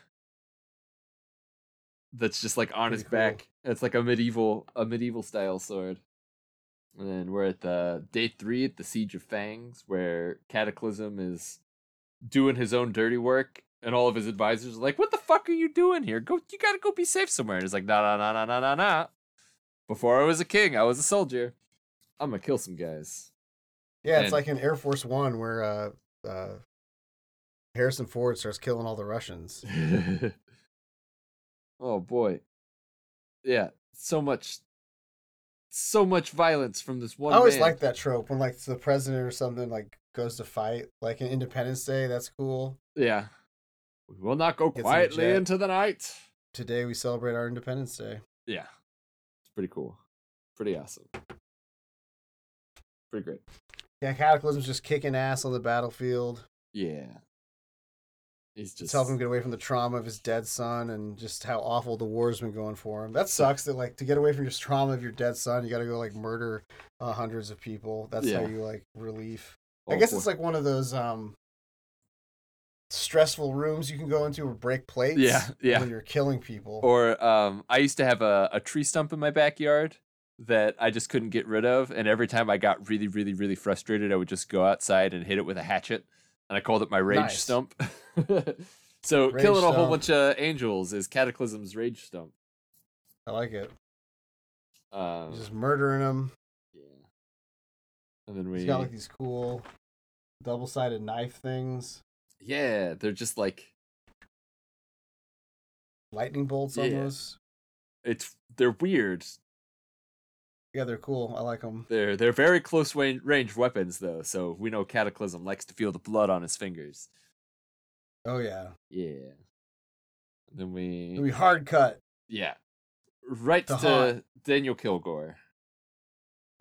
Speaker 2: that's just like on his
Speaker 1: Pretty cool.
Speaker 2: back. It's like a medieval a medieval style sword. And then we're at the day three at the Siege of Fangs, where Cataclysm is doing his own dirty work, and all of his advisors are like, What the fuck are you doing here? Go you gotta go be safe somewhere. And he's like, nah nah nah nah nah nah nah. Before I was a king, I was a soldier. I'm gonna kill some guys.
Speaker 1: Yeah, it's
Speaker 2: And-
Speaker 1: like in Air Force One where uh, uh, Harrison Ford starts killing all the Russians.
Speaker 2: oh boy. Yeah, so much so much violence from this one
Speaker 1: I always
Speaker 2: man.
Speaker 1: liked that trope when like the president or something like goes to fight, like in Independence Day. That's cool.
Speaker 2: Yeah. We will not go
Speaker 1: Gets in the
Speaker 2: quietly
Speaker 1: jet.
Speaker 2: into the night.
Speaker 1: Today we celebrate our Independence Day.
Speaker 2: Yeah. It's pretty cool. Pretty awesome. Pretty great.
Speaker 1: Yeah, Cataclysm's just kicking ass on the battlefield.
Speaker 2: Yeah. He's
Speaker 1: Just
Speaker 2: just
Speaker 1: helping him get away from the trauma of his dead son and just how awful the war's been going for him. That sucks that like to get away from your trauma of your dead son, you got to go like murder uh, hundreds of people. That's how
Speaker 2: Yeah.
Speaker 1: you like relief.
Speaker 2: Oh,
Speaker 1: I guess
Speaker 2: boy.
Speaker 1: it's like one of those um stressful rooms you can go into or break plates.
Speaker 2: Yeah, yeah.
Speaker 1: When you're killing people.
Speaker 2: Or um, I used to have a, a tree stump in my backyard that I just couldn't get rid of, and every time I got really, really, really frustrated, I would just go outside and hit it with a hatchet, and I called it my rage
Speaker 1: Nice.
Speaker 2: stump. so
Speaker 1: Rage
Speaker 2: killing a whole
Speaker 1: stump.
Speaker 2: bunch of angels is Cataclysm's rage stump.
Speaker 1: I like it.
Speaker 2: Um,
Speaker 1: Just murdering them.
Speaker 2: yeah. And then
Speaker 1: He's
Speaker 2: we,
Speaker 1: got like these cool double-sided knife things,
Speaker 2: yeah, they're just like
Speaker 1: lightning bolts
Speaker 2: Yeah.
Speaker 1: almost.
Speaker 2: it's they're weird.
Speaker 1: Yeah, they're cool. I like them.
Speaker 2: They're they're very close wa- range weapons though, so we know Cataclysm likes to feel the blood on his fingers.
Speaker 1: Oh yeah.
Speaker 2: Yeah. And then we
Speaker 1: It'll be hard cut.
Speaker 2: Yeah. Right
Speaker 1: The
Speaker 2: to
Speaker 1: haunt.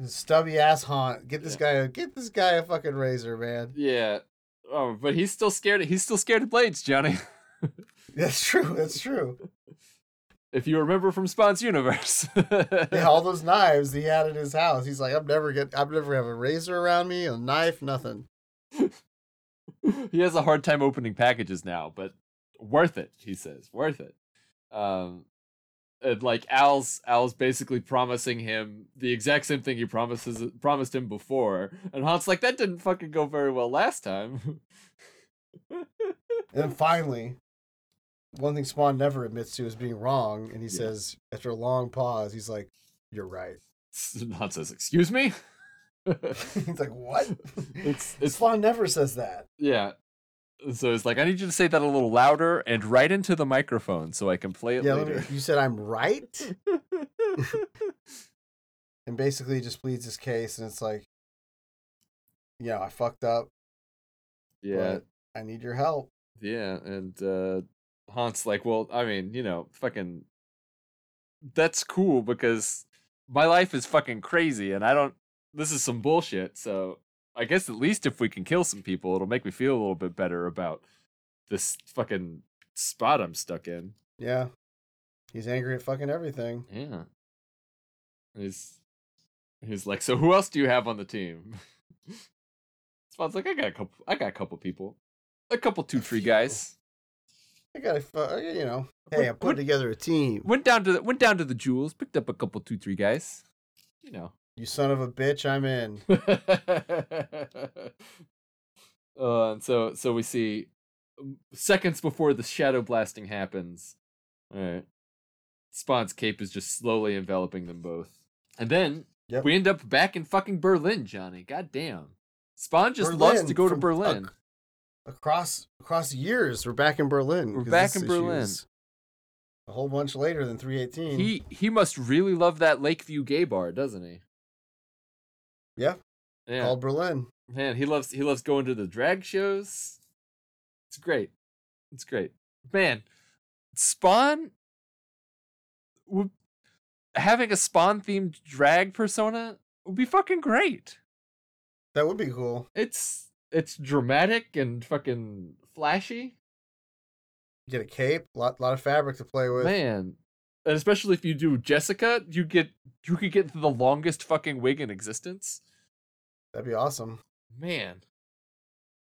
Speaker 1: Stubby ass haunt. Get this guy. A, get this guy a fucking razor, man.
Speaker 2: Yeah. Oh, but he's still scared. He's still scared of blades, Johnny.
Speaker 1: That's true. That's true.
Speaker 2: if you remember from Spawn's universe.
Speaker 1: Yeah, all those knives he had in his house. He's like, I'm never get. I'm never have a razor around me, a knife, nothing.
Speaker 2: he has a hard time opening packages now, but worth it, he says. Worth it. Um and like Al's Al's basically promising him the exact same thing he promises promised him before. And Hans like that didn't fucking go very well last time.
Speaker 1: And then finally, one thing Spawn never admits to is being wrong, and he
Speaker 2: Yeah.
Speaker 1: says after a long pause, he's like, "You're right."
Speaker 2: Hans says, "Excuse me."
Speaker 1: he's like, "What?"
Speaker 2: It's- it's-
Speaker 1: Spawn never says that.
Speaker 2: Yeah. So it's like I need you to say that a little louder and right into the microphone so I can play it
Speaker 1: Yeah, let me,
Speaker 2: later.
Speaker 1: you said I'm right, and basically he just pleads his case, and it's like, you know, I fucked up.
Speaker 2: yeah.
Speaker 1: but I need your help.
Speaker 2: Yeah, and uh Hans like, "Well, I mean, you know, fucking that's cool because my life is fucking crazy and I don't this is some bullshit. So, I guess at least if we can kill some people, it'll make me feel a little bit better about this fucking spot I'm stuck in."
Speaker 1: Yeah, he's angry at fucking everything.
Speaker 2: Yeah. He's he's like, so who else do you have on the team? Spawn's like, I got a couple. I got a couple people, a couple two tree
Speaker 1: few.
Speaker 2: guys.
Speaker 1: I gotta, fu- uh, you know,
Speaker 2: What-
Speaker 1: hey, I'm
Speaker 2: what-
Speaker 1: putting together a team.
Speaker 2: Went down to the, went down to the jewels, picked up a couple two tree guys. You know.
Speaker 1: You son of a bitch, I'm in.
Speaker 2: uh, and so so we see um, seconds before the shadow blasting happens. All right. Spawn's cape is just slowly enveloping them both. And then
Speaker 1: Yep.
Speaker 2: we end up back in fucking Berlin, Johnny. God damn. Spawn just loves to
Speaker 1: Berlin,
Speaker 2: go to
Speaker 1: from-
Speaker 2: Berlin.
Speaker 1: uh, across across years. We're back in Berlin.
Speaker 2: We're
Speaker 1: 'cause
Speaker 2: back
Speaker 1: this
Speaker 2: in
Speaker 1: issue
Speaker 2: Berlin.
Speaker 1: is A whole bunch later than 318.
Speaker 2: He he must really love that Lakeview gay bar, doesn't he?
Speaker 1: Yeah.
Speaker 2: Yeah.
Speaker 1: called Berlin.
Speaker 2: Man, he loves he loves going to the drag shows. It's great. It's great. Man, Spawn would having a Spawn themed drag persona would be fucking great.
Speaker 1: That would be cool.
Speaker 2: It's it's dramatic and fucking flashy.
Speaker 1: Get a cape, lot lot of fabric to play with.
Speaker 2: Man. And especially if you do Jessica, you get you could get the longest fucking wig in existence.
Speaker 1: That'd be awesome.
Speaker 2: Man,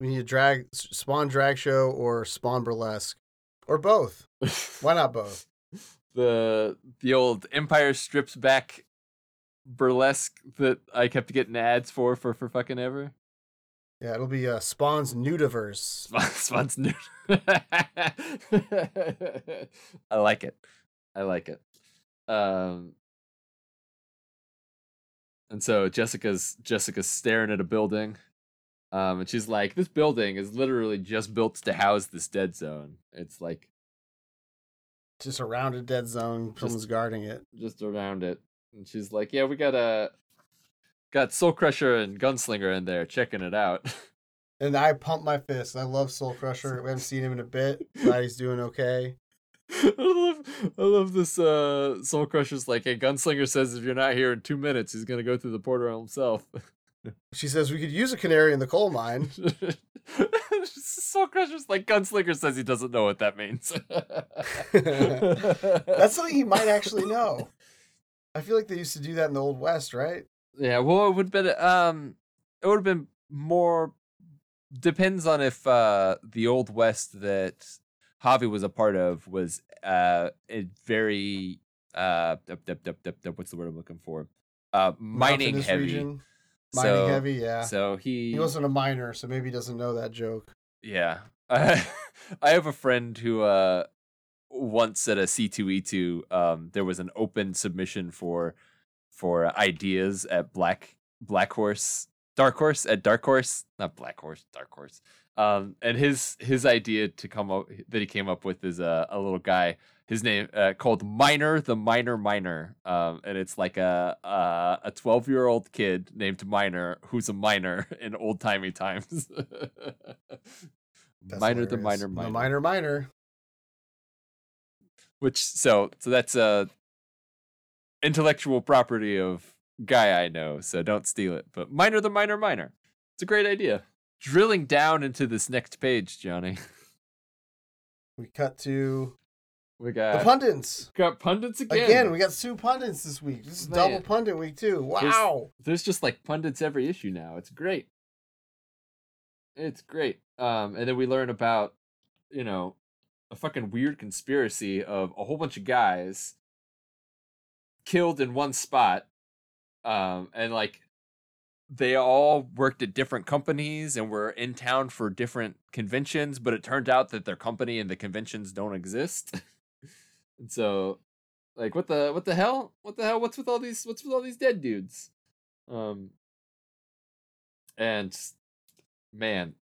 Speaker 1: We need a drag Spawn drag show or Spawn burlesque or both. Why not both?
Speaker 2: the the old Empire strips back burlesque that I kept getting ads for for for fucking ever.
Speaker 1: Yeah, it'll be uh, Spawn's nudiverse.
Speaker 2: Swan's nude. I like it. I like it. Um, and so Jessica's Jessica's staring at a building, um, and she's like, "This building is literally just built to house this dead zone. It's like
Speaker 1: Just around a dead zone, someone's guarding it.
Speaker 2: just around it." And she's like, "Yeah, we got a got Soul Crusher and Gunslinger in there checking it out."
Speaker 1: And I pump my fist. I love Soul Crusher. We haven't seen him in a bit. Glad he's doing okay.
Speaker 2: I love, I love this. Uh, Soul Crusher's like, hey, Gunslinger says if you're not here in two minutes, he's gonna go through the portal himself.
Speaker 1: She says we could use a canary in the coal mine.
Speaker 2: Soul Crusher's like, Gunslinger says he doesn't know what that means.
Speaker 1: That's something he might actually know. I feel like they used to do that in the old west, right?
Speaker 2: Yeah, well, it would have been um, it would have been more depends on if uh the old west that Javi was a part of was uh a very uh dup, dup, dup, dup, dup, what's the word I'm looking for uh mining
Speaker 1: Mountainous
Speaker 2: heavy.
Speaker 1: region. Mining
Speaker 2: So-
Speaker 1: heavy, yeah.
Speaker 2: So he,
Speaker 1: He wasn't a miner, so maybe he doesn't know that joke.
Speaker 2: yeah. I have a friend who uh once at a C2E2 um there was an open submission for for ideas at Black Black Horse Dark Horse at Dark Horse, not Black Horse, Dark Horse. Um and his his idea to come up that he came up with is a a little guy his name uh, called Miner the Miner Miner, um, and it's like a uh, a- a twelve year old kid named Miner who's a miner in old timey times.
Speaker 1: That's
Speaker 2: Miner the
Speaker 1: hilarious.
Speaker 2: Miner Miner,
Speaker 1: The miner miner.
Speaker 2: which so so that's a intellectual property of guy I know, so don't steal it. But Miner the Miner Miner, it's a great idea. Drilling down into this next page, Johnny,
Speaker 1: We cut to
Speaker 2: we
Speaker 1: the
Speaker 2: got
Speaker 1: pundits.
Speaker 2: got pundits Uh, again.
Speaker 1: Again, we got two pundits this week. This is
Speaker 2: Man.
Speaker 1: double pundit week too. Wow.
Speaker 2: there's just like pundits every issue now. It's great. It's great. Um, and then we learn about, you know, a fucking weird conspiracy of a whole bunch of guys killed in one spot. Um, and like they all worked at different companies and were in town for different conventions, but it turned out that their company and the conventions don't exist. and so like what the what the hell? What the hell? What's with all these what's with all these dead dudes? Um, and man,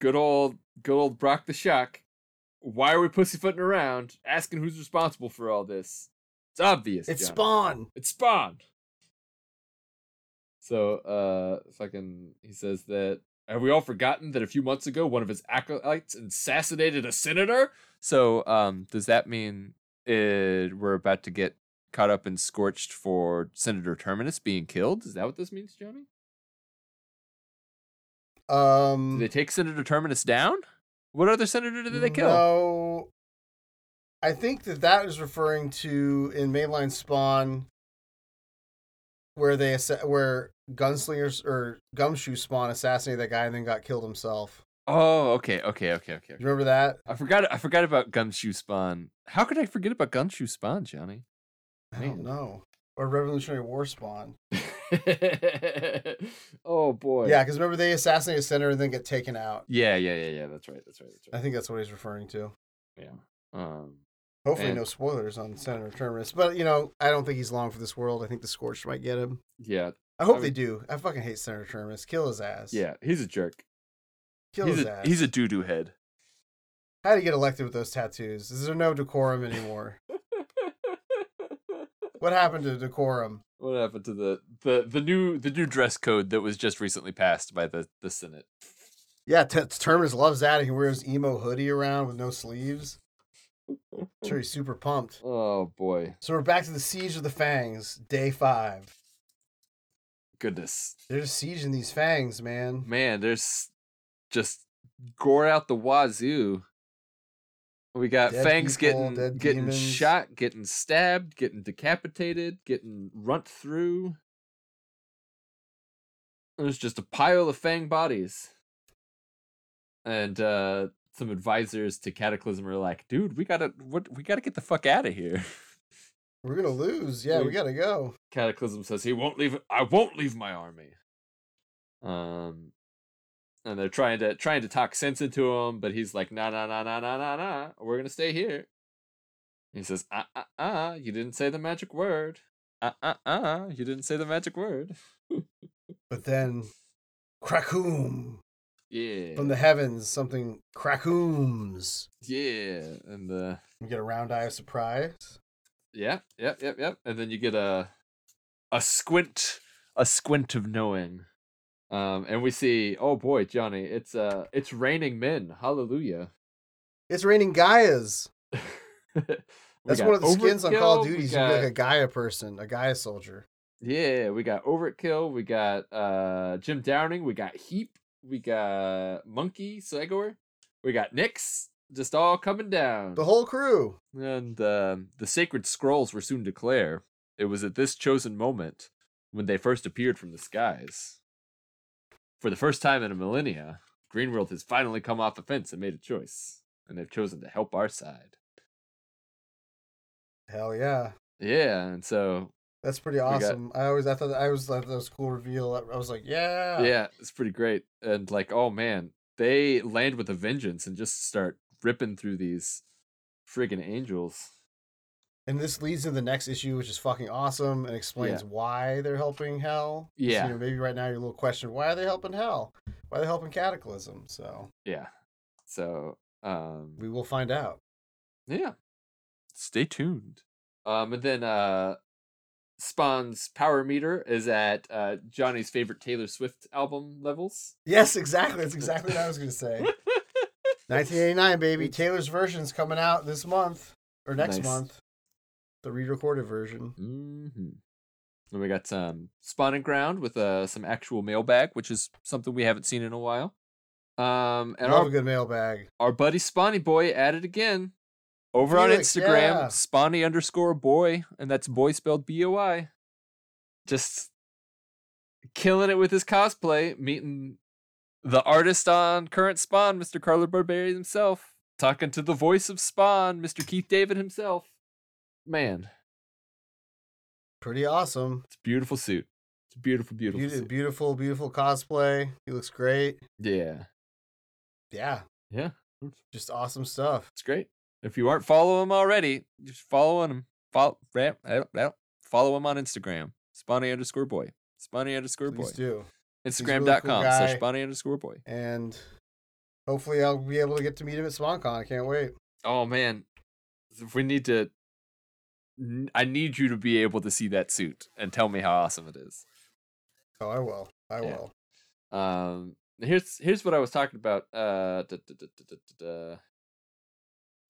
Speaker 2: good old good old Brock the Shock. Why are we pussyfooting around asking who's responsible for all this? It's obvious.
Speaker 1: It's
Speaker 2: Johnny.
Speaker 1: Spawn.
Speaker 2: It's Spawn. So, uh, fucking, he says that. Have we all forgotten that a few months ago one of his acolytes assassinated a senator? So, um, does that mean it, we're about to get caught up and scorched for Senator Terminus being killed? Is that what this means, Johnny? Did
Speaker 1: Um
Speaker 2: they
Speaker 1: Mm.
Speaker 2: take Senator Terminus down? What other senator did they kill?
Speaker 1: No. I think that that is referring to in mainline Spawn where they assa- where gunslingers or gumshoe spawn assassinated that guy and then got killed himself.
Speaker 2: Oh, okay, okay, okay, okay.
Speaker 1: You
Speaker 2: okay.
Speaker 1: remember that?
Speaker 2: I forgot. I forgot about Gumshoe Spawn. How could I forget about Gumshoe Spawn, Johnny?
Speaker 1: I don't
Speaker 2: Man.
Speaker 1: know. Or Revolutionary War Spawn.
Speaker 2: oh boy.
Speaker 1: Yeah, because remember they assassinate a senator and then get taken out.
Speaker 2: Yeah, yeah, yeah, yeah. That's right. That's right. That's
Speaker 1: I
Speaker 2: right.
Speaker 1: think that's what he's referring to.
Speaker 2: Yeah. Um.
Speaker 1: Hopefully,
Speaker 2: And-
Speaker 1: no spoilers on Senator Terminus. But you know, I don't think he's long for this world. I think the Scorched might get him.
Speaker 2: Yeah.
Speaker 1: I hope
Speaker 2: I
Speaker 1: they
Speaker 2: mean-
Speaker 1: do. I fucking hate Senator Terminus. Kill his ass.
Speaker 2: Yeah. He's a jerk.
Speaker 1: kill
Speaker 2: he's
Speaker 1: his
Speaker 2: a
Speaker 1: ass.
Speaker 2: he's a doo doo head.
Speaker 1: How do you get elected with those tattoos? Is there no decorum anymore? what happened to decorum?
Speaker 2: what happened to the the the new the new dress code that was just recently passed by the the Senate?
Speaker 1: Yeah, T- Terminus loves that. He wears emo hoodie around with no sleeves. Sure, he's super pumped.
Speaker 2: Oh boy,
Speaker 1: So we're back to the siege of the Fangs, day five.
Speaker 2: goodness,
Speaker 1: They're just sieging these Fangs, man.
Speaker 2: man. There's just gore out the wazoo. We got
Speaker 1: Dead
Speaker 2: fangs
Speaker 1: people,
Speaker 2: getting
Speaker 1: dead
Speaker 2: getting
Speaker 1: demons.
Speaker 2: shot, getting stabbed, getting decapitated, getting runt through. It was just a pile of fang bodies. And uh some advisors to Cataclysm are like, dude, we gotta what we gotta get the fuck out of here.
Speaker 1: We're gonna lose. Yeah, we
Speaker 2: We-
Speaker 1: gotta go.
Speaker 2: Cataclysm says he won't leave I won't leave my army. Um and they're trying to trying to talk sense into him, but he's like, nah nah nah nah nah nah nah, we're gonna stay here. He says, uh uh uh, you didn't say the magic word. Uh uh uh, you didn't say the magic word.
Speaker 1: But then, crackoom
Speaker 2: Yeah.
Speaker 1: from the heavens, something crackkooms.
Speaker 2: yeah. And uh
Speaker 1: We get a round eye of surprise.
Speaker 2: Yeah, yep, yep, yep. And then you get a a squint, a squint of knowing. Um, and we see, oh boy, Johnny, it's uh, it's raining men. Hallelujah.
Speaker 1: It's raining Gaias.
Speaker 2: We
Speaker 1: That's
Speaker 2: got
Speaker 1: one of the skins on Call of
Speaker 2: Overkill,
Speaker 1: Duty.
Speaker 2: we
Speaker 1: You can be like a
Speaker 2: got-
Speaker 1: Gaia person, a Gaia soldier.
Speaker 2: yeah, we got Overkill. We got uh, Jim Downing. We got Heap. We got Monkey Segor. We got Nix. Just all coming down.
Speaker 1: The whole crew.
Speaker 2: And um the sacred scrolls were soon declare. It was at this chosen moment when they first appeared from the skies. For the first time in a millennia, Green World has finally come off the fence and made a choice, and they've chosen to help our side.
Speaker 1: Hell yeah.
Speaker 2: Yeah, and so
Speaker 1: That's pretty
Speaker 2: got-
Speaker 1: awesome. I always I thought I was thought that was a cool reveal. I- I was like, yeah.
Speaker 2: yeah, it's pretty great. And like, oh man, they land with a vengeance and just start ripping through these friggin' angels.
Speaker 1: And this leads to the next issue, which is fucking awesome and explains why they're helping Hell. So,
Speaker 2: Yeah.
Speaker 1: you know, maybe right now you're a little questioned why are they helping Hell? Why are they helping Cataclysm? So
Speaker 2: Yeah. So um
Speaker 1: we will find out.
Speaker 2: Yeah. Stay tuned. Um, and then uh, Spawn's power meter is at uh, Johnny's favorite Taylor Swift album levels.
Speaker 1: Yes, exactly. That's exactly what I was going to say. 1989, baby. Taylor's version's coming out this month or next
Speaker 2: Nice.
Speaker 1: month. The re-recorded version.
Speaker 2: hmm And we got some Spawn and Ground with uh, some actual mailbag, which is something we haven't seen in a while. Um, and
Speaker 1: Love
Speaker 2: our,
Speaker 1: a good mailbag.
Speaker 2: our buddy Spawny Boy at it again. Over
Speaker 1: Felix,
Speaker 2: on Instagram,
Speaker 1: yeah.
Speaker 2: Spawny underscore boy, and that's boy spelled B O I. Just killing it with his cosplay, meeting the artist on current Spawn, Mr. Carlo Barberi himself, talking to the voice of Spawn, Mr. Keith David himself. Man,
Speaker 1: Pretty awesome.
Speaker 2: it's a beautiful suit. It's a beautiful, beautiful
Speaker 1: Beautiful,
Speaker 2: suit.
Speaker 1: beautiful, beautiful cosplay. He looks great.
Speaker 2: Yeah.
Speaker 1: Yeah,
Speaker 2: Yeah.
Speaker 1: just awesome stuff.
Speaker 2: It's great. If you aren't following him already, just following him. Follow, eh, follow him on Instagram. Spawny underscore boy. Spawny underscore boy.
Speaker 1: Please do. really cool
Speaker 2: Instagram.com slash
Speaker 1: guy.
Speaker 2: Spawny underscore boy.
Speaker 1: and hopefully I'll be able to get to meet him at SwanCon. I can't wait.
Speaker 2: Oh, man. If We need to. n- I need you to be able to see that suit and tell me how awesome it is.
Speaker 1: Oh, I will. I
Speaker 2: Yeah.
Speaker 1: will.
Speaker 2: Um, here's here's what I was talking about. Uh, da, da, da, da, da, da, da.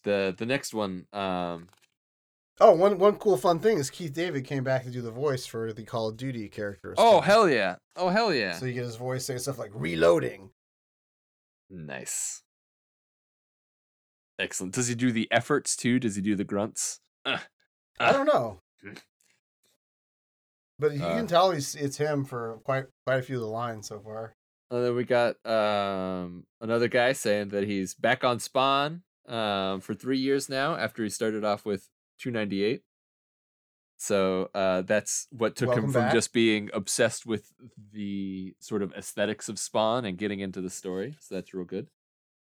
Speaker 2: the the next one. Um,
Speaker 1: Oh, one one cool fun thing is Keith David came back to do the voice for the Call of Duty characters.
Speaker 2: oh hell yeah! Oh hell yeah!
Speaker 1: So you get his voice saying stuff like reloading.
Speaker 2: Nice. Excellent. Does he do the efforts too? Does he do the grunts? Ah.
Speaker 1: I don't know,
Speaker 2: good.
Speaker 1: but you
Speaker 2: Uh.
Speaker 1: can tell he's it's him for quite quite a few of the lines so far.
Speaker 2: And then we got um, another guy saying that he's back on Spawn um, for three years now after he started off with 298. So uh, that's what took
Speaker 1: Welcome
Speaker 2: him from
Speaker 1: back.
Speaker 2: just being obsessed with the sort of aesthetics of Spawn and getting into the story. So that's real good.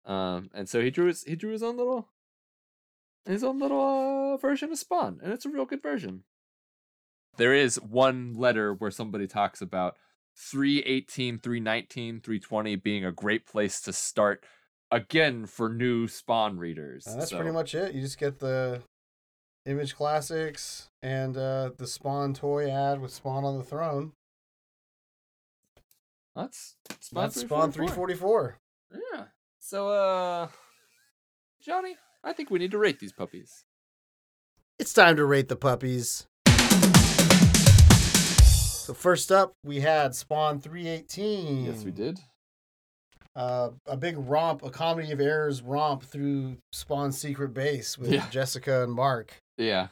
Speaker 2: Um, and so he drew his he drew his own little his own little uh, version of Spawn, and it's a real good version. There is one letter where somebody talks about 318, 319, 320 being a great place to start again for new Spawn readers.
Speaker 1: And Uh, that's
Speaker 2: So-
Speaker 1: pretty much it. You just get the image classics and uh, the Spawn toy ad with Spawn on the throne.
Speaker 2: that's Spawn,
Speaker 1: That's Spawn
Speaker 2: 344.
Speaker 1: 344.
Speaker 2: Yeah. So, uh, Johnny, I think we need to rate these puppies.
Speaker 1: It's time to rate the puppies. So first up, we had Spawn 318.
Speaker 2: Yes, we did.
Speaker 1: Uh, a big romp, a comedy of errors romp through Spawn's secret base with
Speaker 2: Yeah.
Speaker 1: Jessica and Mark.
Speaker 2: Yeah.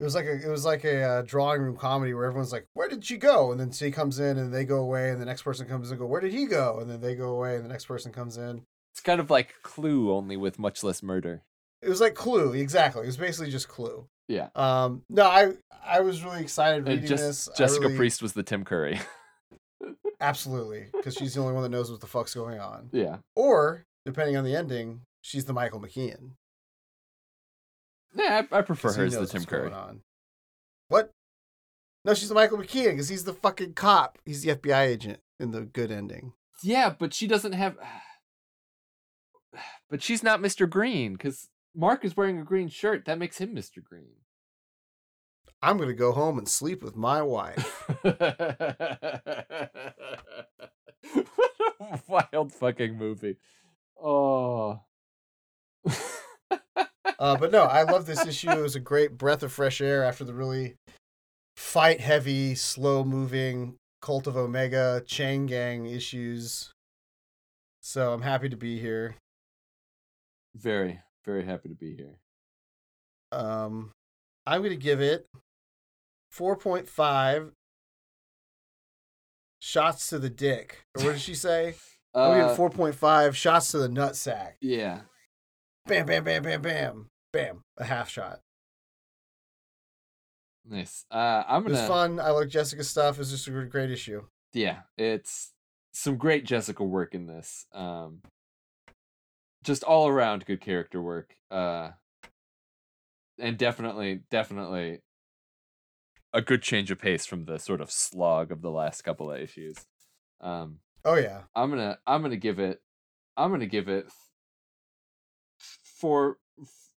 Speaker 1: it was like a it was like a uh, drawing room comedy where everyone's like, "Where did she go?" And then she comes in, and they go away, and the next person comes and go, "Where did he go?" And then they go away, and the next person comes in.
Speaker 2: It's kind of like Clue, only with much less murder.
Speaker 1: It was like Clue, exactly. It was basically just Clue.
Speaker 2: Yeah.
Speaker 1: Um, no, I I was really excited reading
Speaker 2: And just,
Speaker 1: this. I
Speaker 2: Jessica
Speaker 1: really-
Speaker 2: Priest was the Tim Curry.
Speaker 1: absolutely, because she's the only one that knows what the fuck's going on.
Speaker 2: yeah.
Speaker 1: Or depending on the ending, she's the Michael McKean.
Speaker 2: Yeah, I, I prefer
Speaker 1: 'cause he
Speaker 2: her as the
Speaker 1: knows
Speaker 2: Tim
Speaker 1: what's
Speaker 2: Curry.
Speaker 1: going on. What? No, she's the Michael McKean because he's the fucking cop. He's the FBI agent in the good ending.
Speaker 2: Yeah, but she doesn't have. But she's not Mr. Green because Mark is wearing a green shirt. That makes him Mr. Green.
Speaker 1: I'm gonna go home and sleep with my wife.
Speaker 2: what a wild fucking movie. Oh.
Speaker 1: Uh, but no, I love this issue. It was a great breath of fresh air after the really fight heavy, slow moving Cult of Omega Chain Gang issues. So I'm happy to be here.
Speaker 2: very, very happy to be here.
Speaker 1: Um, I'm going to give it 4.5 shots to the dick. Or what did she say? I'm
Speaker 2: Uh,
Speaker 1: going to give it 4.5 shots to the nutsack.
Speaker 2: yeah.
Speaker 1: Bam, bam, bam, bam, bam. Bam. A half shot.
Speaker 2: Nice. Uh, I'm
Speaker 1: It was
Speaker 2: gonna.
Speaker 1: fun. I like Jessica's stuff. It was just a great issue.
Speaker 2: yeah, it's some great Jessica work in this. Um, just all around good character work. Uh, and definitely, definitely a good change of pace from the sort of slog of the last couple of issues. Um,
Speaker 1: Oh, yeah.
Speaker 2: I'm gonna, I'm gonna give it, I'm gonna give it for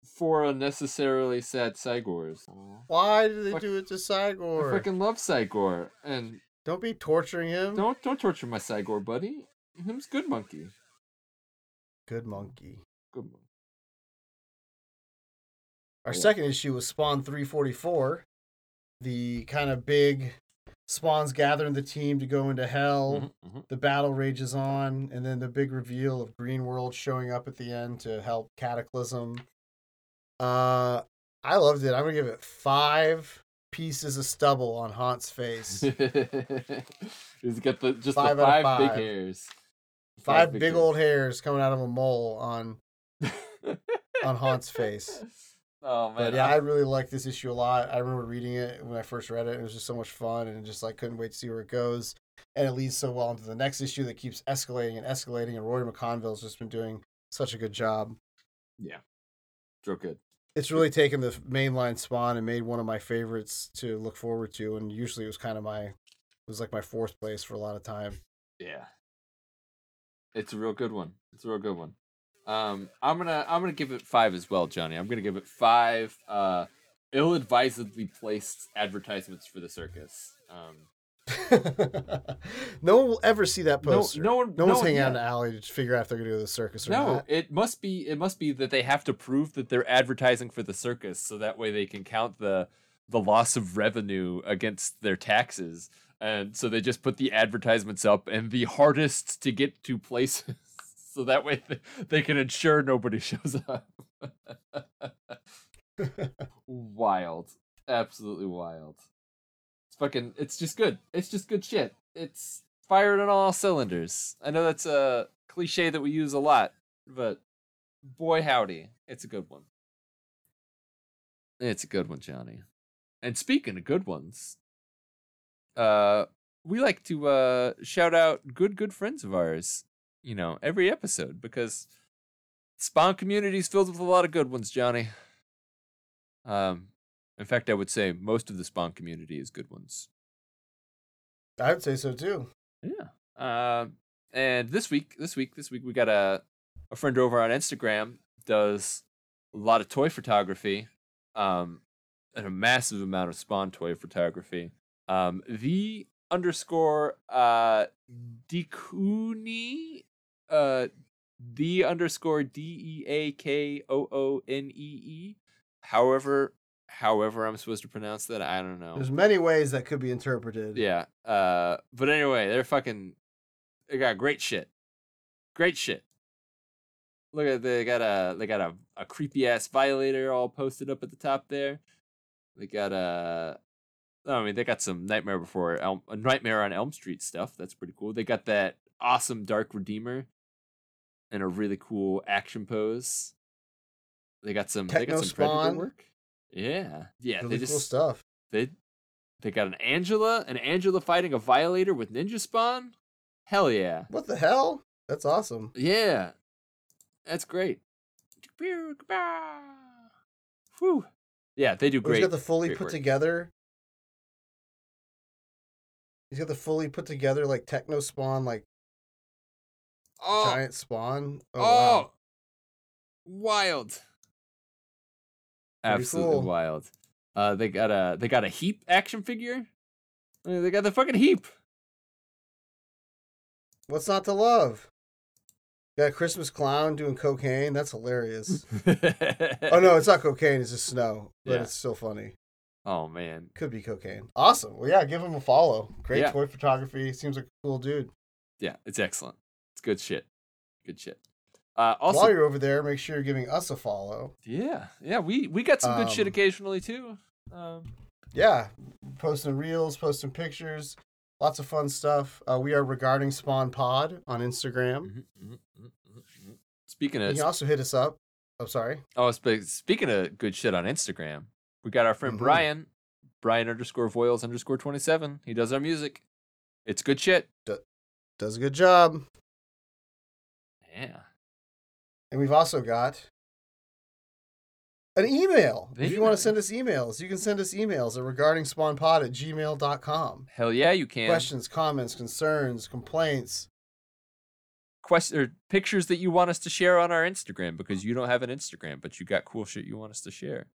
Speaker 2: for unnecessarily sad Sigors.
Speaker 1: Why do they
Speaker 2: Fuck-
Speaker 1: do it to
Speaker 2: I
Speaker 1: Sigor?
Speaker 2: freaking love Sigor, and
Speaker 1: Don't be torturing him.
Speaker 2: Don't don't torture my Sigor buddy. Him's good monkey.
Speaker 1: Good monkey.
Speaker 2: Good monkey.
Speaker 1: Our
Speaker 2: Yeah.
Speaker 1: second issue was Spawn 344, the kind of big Spawn's gathering the team to go into hell.
Speaker 2: Mm-hmm.
Speaker 1: The battle rages on, and then the big reveal of Green World showing up at the end to help Cataclysm. Uh, I loved it. I'm gonna give it five pieces of stubble on Haunt's
Speaker 2: Mm-hmm,
Speaker 1: face.
Speaker 2: He's got the just
Speaker 1: Five
Speaker 2: the
Speaker 1: out
Speaker 2: five,
Speaker 1: of
Speaker 2: big
Speaker 1: five.
Speaker 2: hairs.
Speaker 1: Five big
Speaker 2: hairs.
Speaker 1: old hairs coming out of a mole on on Haunt's face.
Speaker 2: Oh man.
Speaker 1: But yeah, I
Speaker 2: I'm-
Speaker 1: really liked this issue a lot. I remember reading it when I first read it. It was just so much fun and just like couldn't wait to see where it goes. And it leads so well into the next issue that keeps escalating and escalating. And Rory McConville's just been doing such a good job.
Speaker 2: real good.
Speaker 1: It's really taken the mainline spawn and made one of my favorites to look forward to. And usually it was kind of my, it was like my fourth place for a lot of time.
Speaker 2: Yeah. It's a real good one. It's a real good one. Um I'm gonna I'm gonna give it five as well, Johnny. I'm gonna give it five uh ill advisedly placed advertisements for the circus. Um
Speaker 1: no one will ever see that
Speaker 2: no,
Speaker 1: poster.
Speaker 2: no one
Speaker 1: No one's hanging
Speaker 2: yeah.
Speaker 1: out in the alley to figure out if they're going to go to the circus or
Speaker 2: No,
Speaker 1: not.
Speaker 2: it must be it must be that they have to prove that they're advertising for the circus so that way they can count the the loss of revenue against their taxes. And so they just put the advertisements up and the hardest to get to places so that way th- they can ensure nobody shows up. wild. Absolutely wild. It's fucking it's just good. It's just good shit. It's fired on all cylinders. I know that's a cliche that we use a lot, but boy howdy, it's a good one. It's a good one, Johnny. And speaking of good ones, uh we like to uh shout out good good friends of ours, you know, every episode because Spawn community is filled with a lot of good ones, Johnny. Um in fact, I would say most of the Spawn community is good ones.
Speaker 1: I would say so too.
Speaker 2: Yeah. Uh, and this week, this week, this week, we got a a friend over on Instagram does a lot of toy photography, um, and a massive amount of spawn toy photography. Um, the underscore uh Dikuni, uh, the underscore D E A K O O N E E. However, however, I'm supposed to pronounce that, I don't know.
Speaker 1: There's many ways that could be interpreted.
Speaker 2: Yeah. Uh, but anyway, they're fucking. They got great shit. Great shit. Look at they got a they got a, a creepy ass violator all posted up at the top there. They got uh I mean, they got some Nightmare Before Elm, Nightmare on Elm Street stuff. That's pretty cool. They got that awesome Dark Redeemer, and a really cool action pose. They got some. they
Speaker 1: Techno
Speaker 2: got some
Speaker 1: Spawn.
Speaker 2: predator work. Yeah, yeah.
Speaker 1: really
Speaker 2: they just
Speaker 1: cool stuff.
Speaker 2: they they got an Angela, an Angela fighting a Violator with Ninja Spawn. Hell yeah,
Speaker 1: What the hell? That's awesome.
Speaker 2: yeah. That's great. Whew. Yeah, they do
Speaker 1: Oh, He's
Speaker 2: great.
Speaker 1: got the fully
Speaker 2: great
Speaker 1: put
Speaker 2: work.
Speaker 1: together. He's got the fully put together like techno spawn, like
Speaker 2: oh,
Speaker 1: giant spawn.
Speaker 2: oh,
Speaker 1: Oh, wow.
Speaker 2: wild!
Speaker 1: Pretty
Speaker 2: Absolutely
Speaker 1: cool.
Speaker 2: wild. Uh, they got a they got a heap action figure. I mean, they got the fucking heap.
Speaker 1: what's not to love? Got a Christmas clown doing cocaine. That's hilarious. oh no, it's not cocaine. It's just snow, but
Speaker 2: Yeah.
Speaker 1: it's still funny.
Speaker 2: Oh man,
Speaker 1: Could be cocaine. Awesome. Well, yeah, give him a follow. Great
Speaker 2: Yeah.
Speaker 1: toy photography. Seems like a cool dude.
Speaker 2: yeah, it's excellent. It's good shit. Good shit. Uh,
Speaker 1: While
Speaker 2: also,
Speaker 1: you're over there, make sure you're giving us a follow.
Speaker 2: yeah, yeah, we we got some good
Speaker 1: Um,
Speaker 2: shit occasionally too. Um,
Speaker 1: yeah, posting reels, posting pictures, lots of fun stuff. Uh, we are regarding Spawn Pod on Instagram.
Speaker 2: mhm, mhm, mhm,
Speaker 1: mm-hmm.
Speaker 2: mhm. speaking
Speaker 1: You
Speaker 2: of
Speaker 1: can also hit us up. I'm sorry.
Speaker 2: oh, spe- speaking of good shit on Instagram, we got our friend
Speaker 1: Mhm.
Speaker 2: Brian, Brian underscore Voiles underscore twenty seven. He does our music. It's good shit.
Speaker 1: Does a good job.
Speaker 2: Yeah.
Speaker 1: And we've also got an email.
Speaker 2: The
Speaker 1: if you want
Speaker 2: email.
Speaker 1: to send us emails, you can send us emails at regarding spawnpod at gmail.com.
Speaker 2: Hell yeah, you can.
Speaker 1: Questions, comments, concerns, complaints.
Speaker 2: Quest- or pictures that you want us to share on our Instagram because you don't have an Instagram, but you got cool shit you want us to share.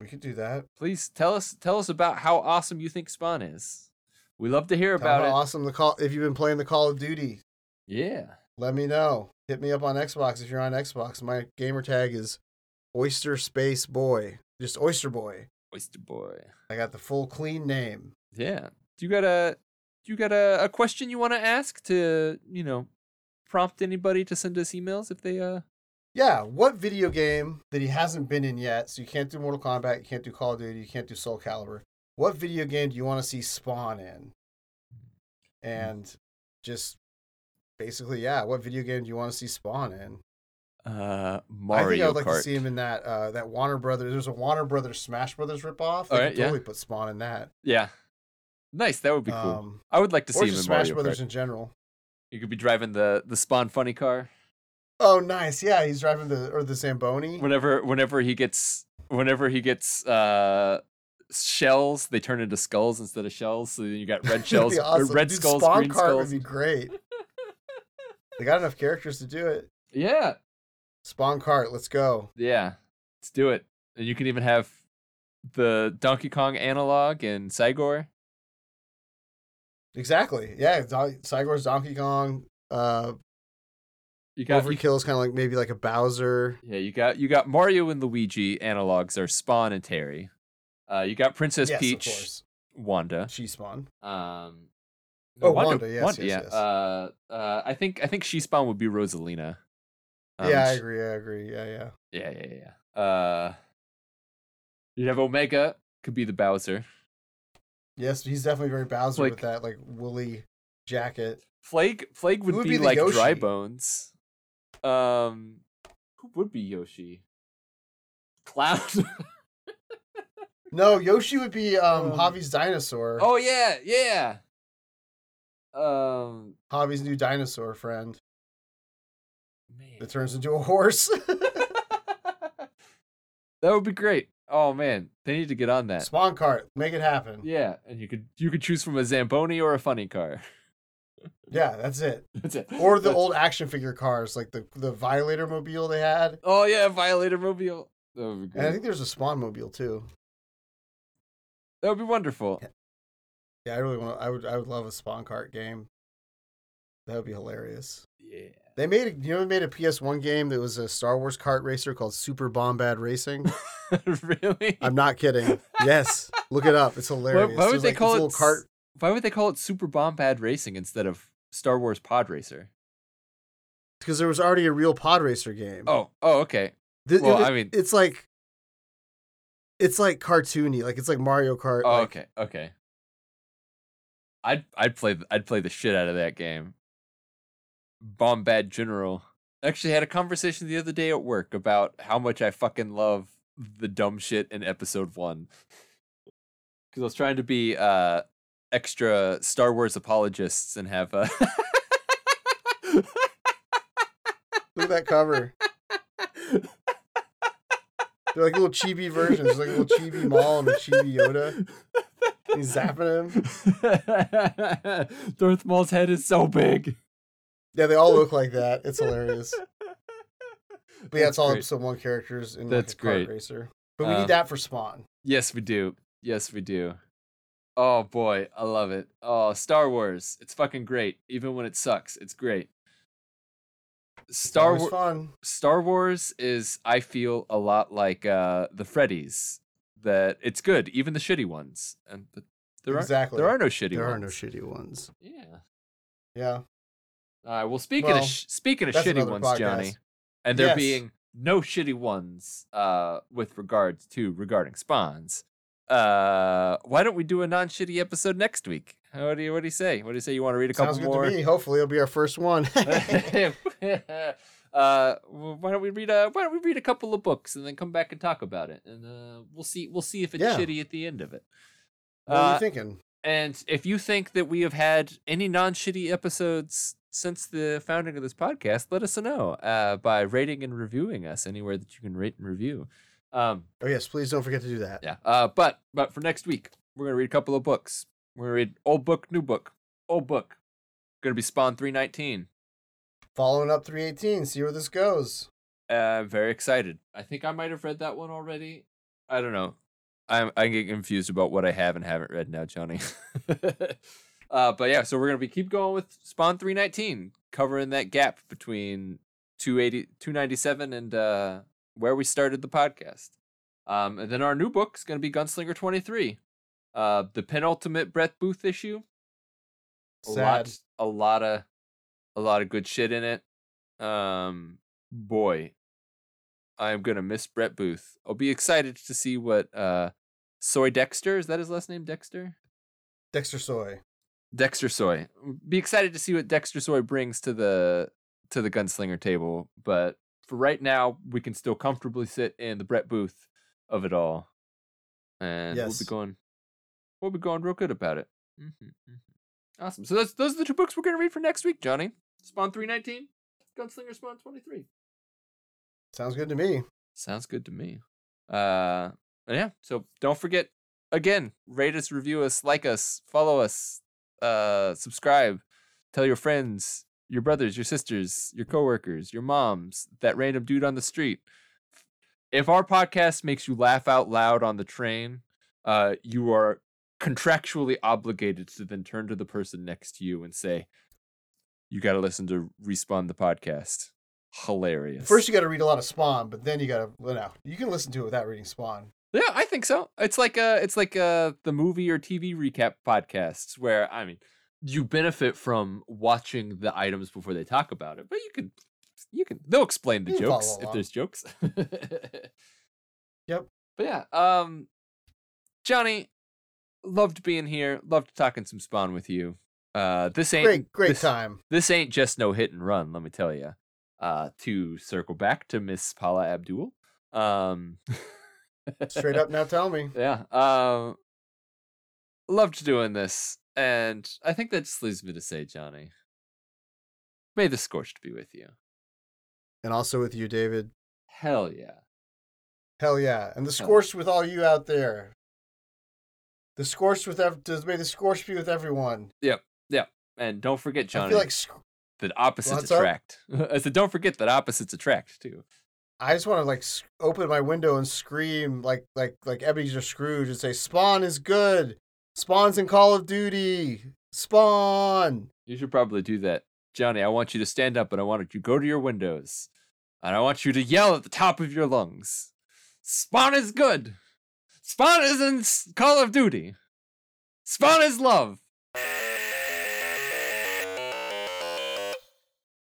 Speaker 1: We could do that.
Speaker 2: please tell us tell us about how awesome you think spawn is we love to hear
Speaker 1: Tell
Speaker 2: about
Speaker 1: how
Speaker 2: it
Speaker 1: awesome the call if you've been playing the Call of Duty.
Speaker 2: yeah
Speaker 1: let me know. Hit me up on Xbox if you're on Xbox. My gamer tag is Oyster Space Boy. Just Oyster Boy.
Speaker 2: oyster boy
Speaker 1: I got the full clean name.
Speaker 2: yeah do you got a do you got a, a question you want to ask to you know prompt anybody to send us emails if they uh
Speaker 1: Yeah, what video game that he hasn't been in yet? So you can't do Mortal Kombat, you can't do Call of Duty, you can't do Soul Calibur. What video game do you want to see Spawn in? And just basically, yeah, what video game do you want to see Spawn in?
Speaker 2: uh
Speaker 1: I think
Speaker 2: mario
Speaker 1: I would like
Speaker 2: Kart.
Speaker 1: to see him in that uh, that Warner Brothers. There's a Warner Brothers Smash Brothers ripoff. They
Speaker 2: All
Speaker 1: could
Speaker 2: right, yeah.
Speaker 1: totally put Spawn in that.
Speaker 2: yeah nice that would be cool
Speaker 1: Um,
Speaker 2: i would like to
Speaker 1: or
Speaker 2: see him in
Speaker 1: just Smash
Speaker 2: mario
Speaker 1: Brothers
Speaker 2: Kart.
Speaker 1: in general.
Speaker 2: you could be driving the the spawn funny car
Speaker 1: Oh, nice. Yeah, he's driving the or the Zamboni.
Speaker 2: whenever whenever he gets whenever he gets uh shells they turn into skulls instead of shells so then you got red
Speaker 1: That'd
Speaker 2: shells
Speaker 1: be
Speaker 2: or
Speaker 1: awesome.
Speaker 2: red
Speaker 1: Dude,
Speaker 2: skulls
Speaker 1: Spawn
Speaker 2: green
Speaker 1: Cart
Speaker 2: skulls
Speaker 1: would be great. they got enough characters to do it.
Speaker 2: yeah
Speaker 1: Spawn cart. Let's go.
Speaker 2: yeah let's do it and you can even have the donkey kong analog and Saigor.
Speaker 1: Exactly. Yeah. Don- Sigor's Donkey Kong. Uh,
Speaker 2: you got you-
Speaker 1: Overkill is kind of like maybe like a Bowser.
Speaker 2: yeah you got you got mario and luigi analogs are spawn and terry uh you got princess
Speaker 1: yes,
Speaker 2: peach
Speaker 1: of course.
Speaker 2: wanda
Speaker 1: She Spawn.
Speaker 2: um
Speaker 1: Oh, Wanda, yes, yes,
Speaker 2: yeah.
Speaker 1: yes.
Speaker 2: Uh, uh, I think I think she spawn would be Rosalina. Um,
Speaker 1: yeah, I
Speaker 2: she-
Speaker 1: agree. I agree. Yeah, yeah.
Speaker 2: Yeah, yeah, yeah. Uh, you'd have Omega could be the Bowser.
Speaker 1: Yes, he's definitely very Bowser
Speaker 2: Like-
Speaker 1: with that like woolly jacket.
Speaker 2: Flake, Flake would,
Speaker 1: would
Speaker 2: be,
Speaker 1: be the
Speaker 2: like Dry
Speaker 1: Yoshi?
Speaker 2: Bones. Um, who would be Yoshi? Cloud.
Speaker 1: No, Yoshi would be um,
Speaker 2: Um,
Speaker 1: Javi's dinosaur.
Speaker 2: oh yeah, yeah. Um,
Speaker 1: Javi's new dinosaur friend
Speaker 2: man,
Speaker 1: that turns into a horse.
Speaker 2: that would be great. Oh man, they need to get on that.
Speaker 1: Spawn cart. Make it happen.
Speaker 2: Yeah, and you could you could choose from a Zamboni or a funny car.
Speaker 1: Yeah, that's it.
Speaker 2: That's it.
Speaker 1: Or the
Speaker 2: That's-
Speaker 1: old action figure cars, like the the Violator mobile they had,
Speaker 2: Oh yeah, Violator Mobile. That would be great.
Speaker 1: and I think there's a Spawn mobile too.
Speaker 2: That would be wonderful.
Speaker 1: Yeah, I really want. I would. I would love a Spawn cart game. That would be hilarious.
Speaker 2: Yeah.
Speaker 1: They made. a- You know, they made a PS1 game that was a Star Wars kart racer called Super Bombad Racing.
Speaker 2: really?
Speaker 1: I'm not kidding. Yes, look it up. It's hilarious.
Speaker 2: why would
Speaker 1: There's,
Speaker 2: they
Speaker 1: like,
Speaker 2: call
Speaker 1: this
Speaker 2: it
Speaker 1: little cart?
Speaker 2: s- Why would they call it Super Bombad Racing instead of Star Wars Pod Racer?
Speaker 1: Because there was already a real pod racer game.
Speaker 2: Oh, oh, okay.
Speaker 1: Th-
Speaker 2: well,
Speaker 1: it-
Speaker 2: I mean-
Speaker 1: it's like it's like cartoony, like it's like Mario Kart.
Speaker 2: Oh,
Speaker 1: like,
Speaker 2: okay, okay. I'd I'd play th- I'd play the shit out of that game. Bombad General. Actually, had a conversation the other day at work about how much I fucking love the dumb shit in episode one. Because I was trying to be uh, extra Star Wars apologists and have uh,
Speaker 1: Look at that cover. They're like little chibi versions, like a little chibi Maul and a chibi Yoda. He's zapping him.
Speaker 2: Darth Maul's head is so big.
Speaker 1: Yeah, they all look like that. It's hilarious. But yeah,
Speaker 2: That's
Speaker 1: it's all
Speaker 2: great.
Speaker 1: episode one characters in
Speaker 2: That's
Speaker 1: like a kart
Speaker 2: great.
Speaker 1: racer. But we
Speaker 2: Uh,
Speaker 1: need that for Spawn.
Speaker 2: Yes, we do. Yes, we do. Oh boy, I love it. Oh, Star Wars. It's fucking great. Even when it sucks, it's great. Star
Speaker 1: Always
Speaker 2: Wars
Speaker 1: Fun.
Speaker 2: Star Wars is I feel a lot like uh the Freddy's that it's good, even the shitty ones. And th- there
Speaker 1: Exactly.
Speaker 2: are there are no shitty
Speaker 1: There
Speaker 2: ones.
Speaker 1: are no shitty ones.
Speaker 2: Yeah.
Speaker 1: Yeah.
Speaker 2: All right. Uh, Well, speaking
Speaker 1: Well,
Speaker 2: of sh- speaking of
Speaker 1: that's
Speaker 2: shitty
Speaker 1: another
Speaker 2: ones,
Speaker 1: podcast.
Speaker 2: Johnny, and there
Speaker 1: Yes.
Speaker 2: being no shitty ones uh, with regards to regarding spawns. Uh, why don't we do a non-shitty episode next week? How do you, what do you say? What do you say? You want to read a couple
Speaker 1: Sounds good
Speaker 2: more?
Speaker 1: to me. Hopefully it'll be our first one.
Speaker 2: uh, well, why don't we read a Why don't we read a couple of books and then come back and talk about it, and uh, we'll see we'll see if it's
Speaker 1: Yeah.
Speaker 2: shitty at the end of it.
Speaker 1: what are
Speaker 2: Uh,
Speaker 1: you thinking?
Speaker 2: and if you think that we have had any non shitty episodes since the founding of this podcast, let us know uh, by rating and reviewing us anywhere that you can rate and review. Um,
Speaker 1: Oh yes, please don't forget to do that.
Speaker 2: yeah. Uh, but but for next week, we're gonna read a couple of books. We're gonna read old book, new book, old book. Gonna be Spawn three nineteen.
Speaker 1: Following up 318, see where this goes.
Speaker 2: Uh, very excited. I think I might have read that one already. I don't know. I'm I get confused about what I have and haven't read now, Johnny. uh, but yeah, so we're gonna be keep going with Spawn 319, covering that gap between 280, 297 and uh, where we started the podcast. Um, and then our new book's gonna be Gunslinger 23, uh, the penultimate Brett Booth issue a
Speaker 1: Sad.
Speaker 2: lot a lot of a lot of good shit in it um boy i'm gonna miss brett booth i'll be excited to see what uh soy dexter is that his last name dexter
Speaker 1: Dexter Soy.
Speaker 2: dexter soy be excited to see what dexter soy brings to the to the gunslinger table but for right now we can still comfortably sit in the brett booth of it all and we'll
Speaker 1: Yes.
Speaker 2: be going we'll be going real good about it hmm Awesome. So those those are the two books we're going to read for next week, Johnny. Spawn 319, Gunslinger Spawn 23.
Speaker 1: Sounds good to me.
Speaker 2: Sounds good to me. Uh yeah, so don't forget again, rate us, review us, like us, follow us, uh subscribe, tell your friends, your brothers, your sisters, your coworkers, your moms, that random dude on the street. If our podcast makes you laugh out loud on the train, uh you are contractually obligated to then turn to the person next to you and say, "You got to listen to Respawn the podcast." Hilarious.
Speaker 1: First you gotta read a lot of Spawn, but then you gotta well no. You can listen to it without reading Spawn.
Speaker 2: Yeah, I think so. It's like uh it's like uh the movie or TV recap podcasts where I mean you benefit from watching the items before they talk about it, but you can you can they'll explain the
Speaker 1: You can
Speaker 2: jokes
Speaker 1: follow
Speaker 2: if
Speaker 1: along.
Speaker 2: there's jokes.
Speaker 1: Yep.
Speaker 2: But yeah, um Johnny, loved being here, loved talking some spawn with you. Uh this ain't
Speaker 1: Great, great
Speaker 2: this,
Speaker 1: time.
Speaker 2: this ain't just no hit and run, let me tell you. Uh, to circle back to Miss Paula Abdul. Um,
Speaker 1: Straight up now tell me.
Speaker 2: yeah. Um, loved doing this, and I think that just leaves me to say, Johnny, may the scorched be with you.
Speaker 1: And also with you, David.
Speaker 2: Hell yeah.
Speaker 1: Hell yeah. And the
Speaker 2: Hell.
Speaker 1: scorched with all you out there. The scorched with ev- does may the scorched be with everyone.
Speaker 2: And don't forget,
Speaker 1: I
Speaker 2: Johnny,
Speaker 1: feel like sc-
Speaker 2: that opposites
Speaker 1: What's up?
Speaker 2: attract. I said, don't forget that opposites attract too.
Speaker 1: I just want to like s- open my window and scream like like like Ebenezer Scrooge and say Spawn is good. Spawn's in Call of Duty. Spawn.
Speaker 2: You should probably do that. Johnny, I want you to stand up and I want you to go to your windows. And I want you to yell at the top of your lungs. Spawn is good. Spawn is in S- Call of Duty. Spawn is love.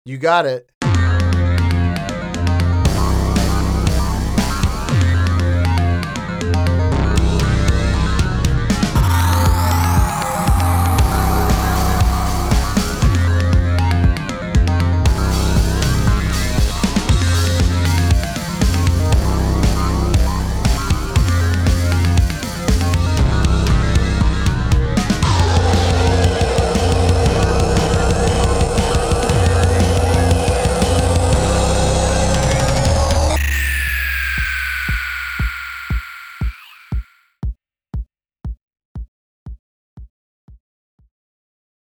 Speaker 1: You got it.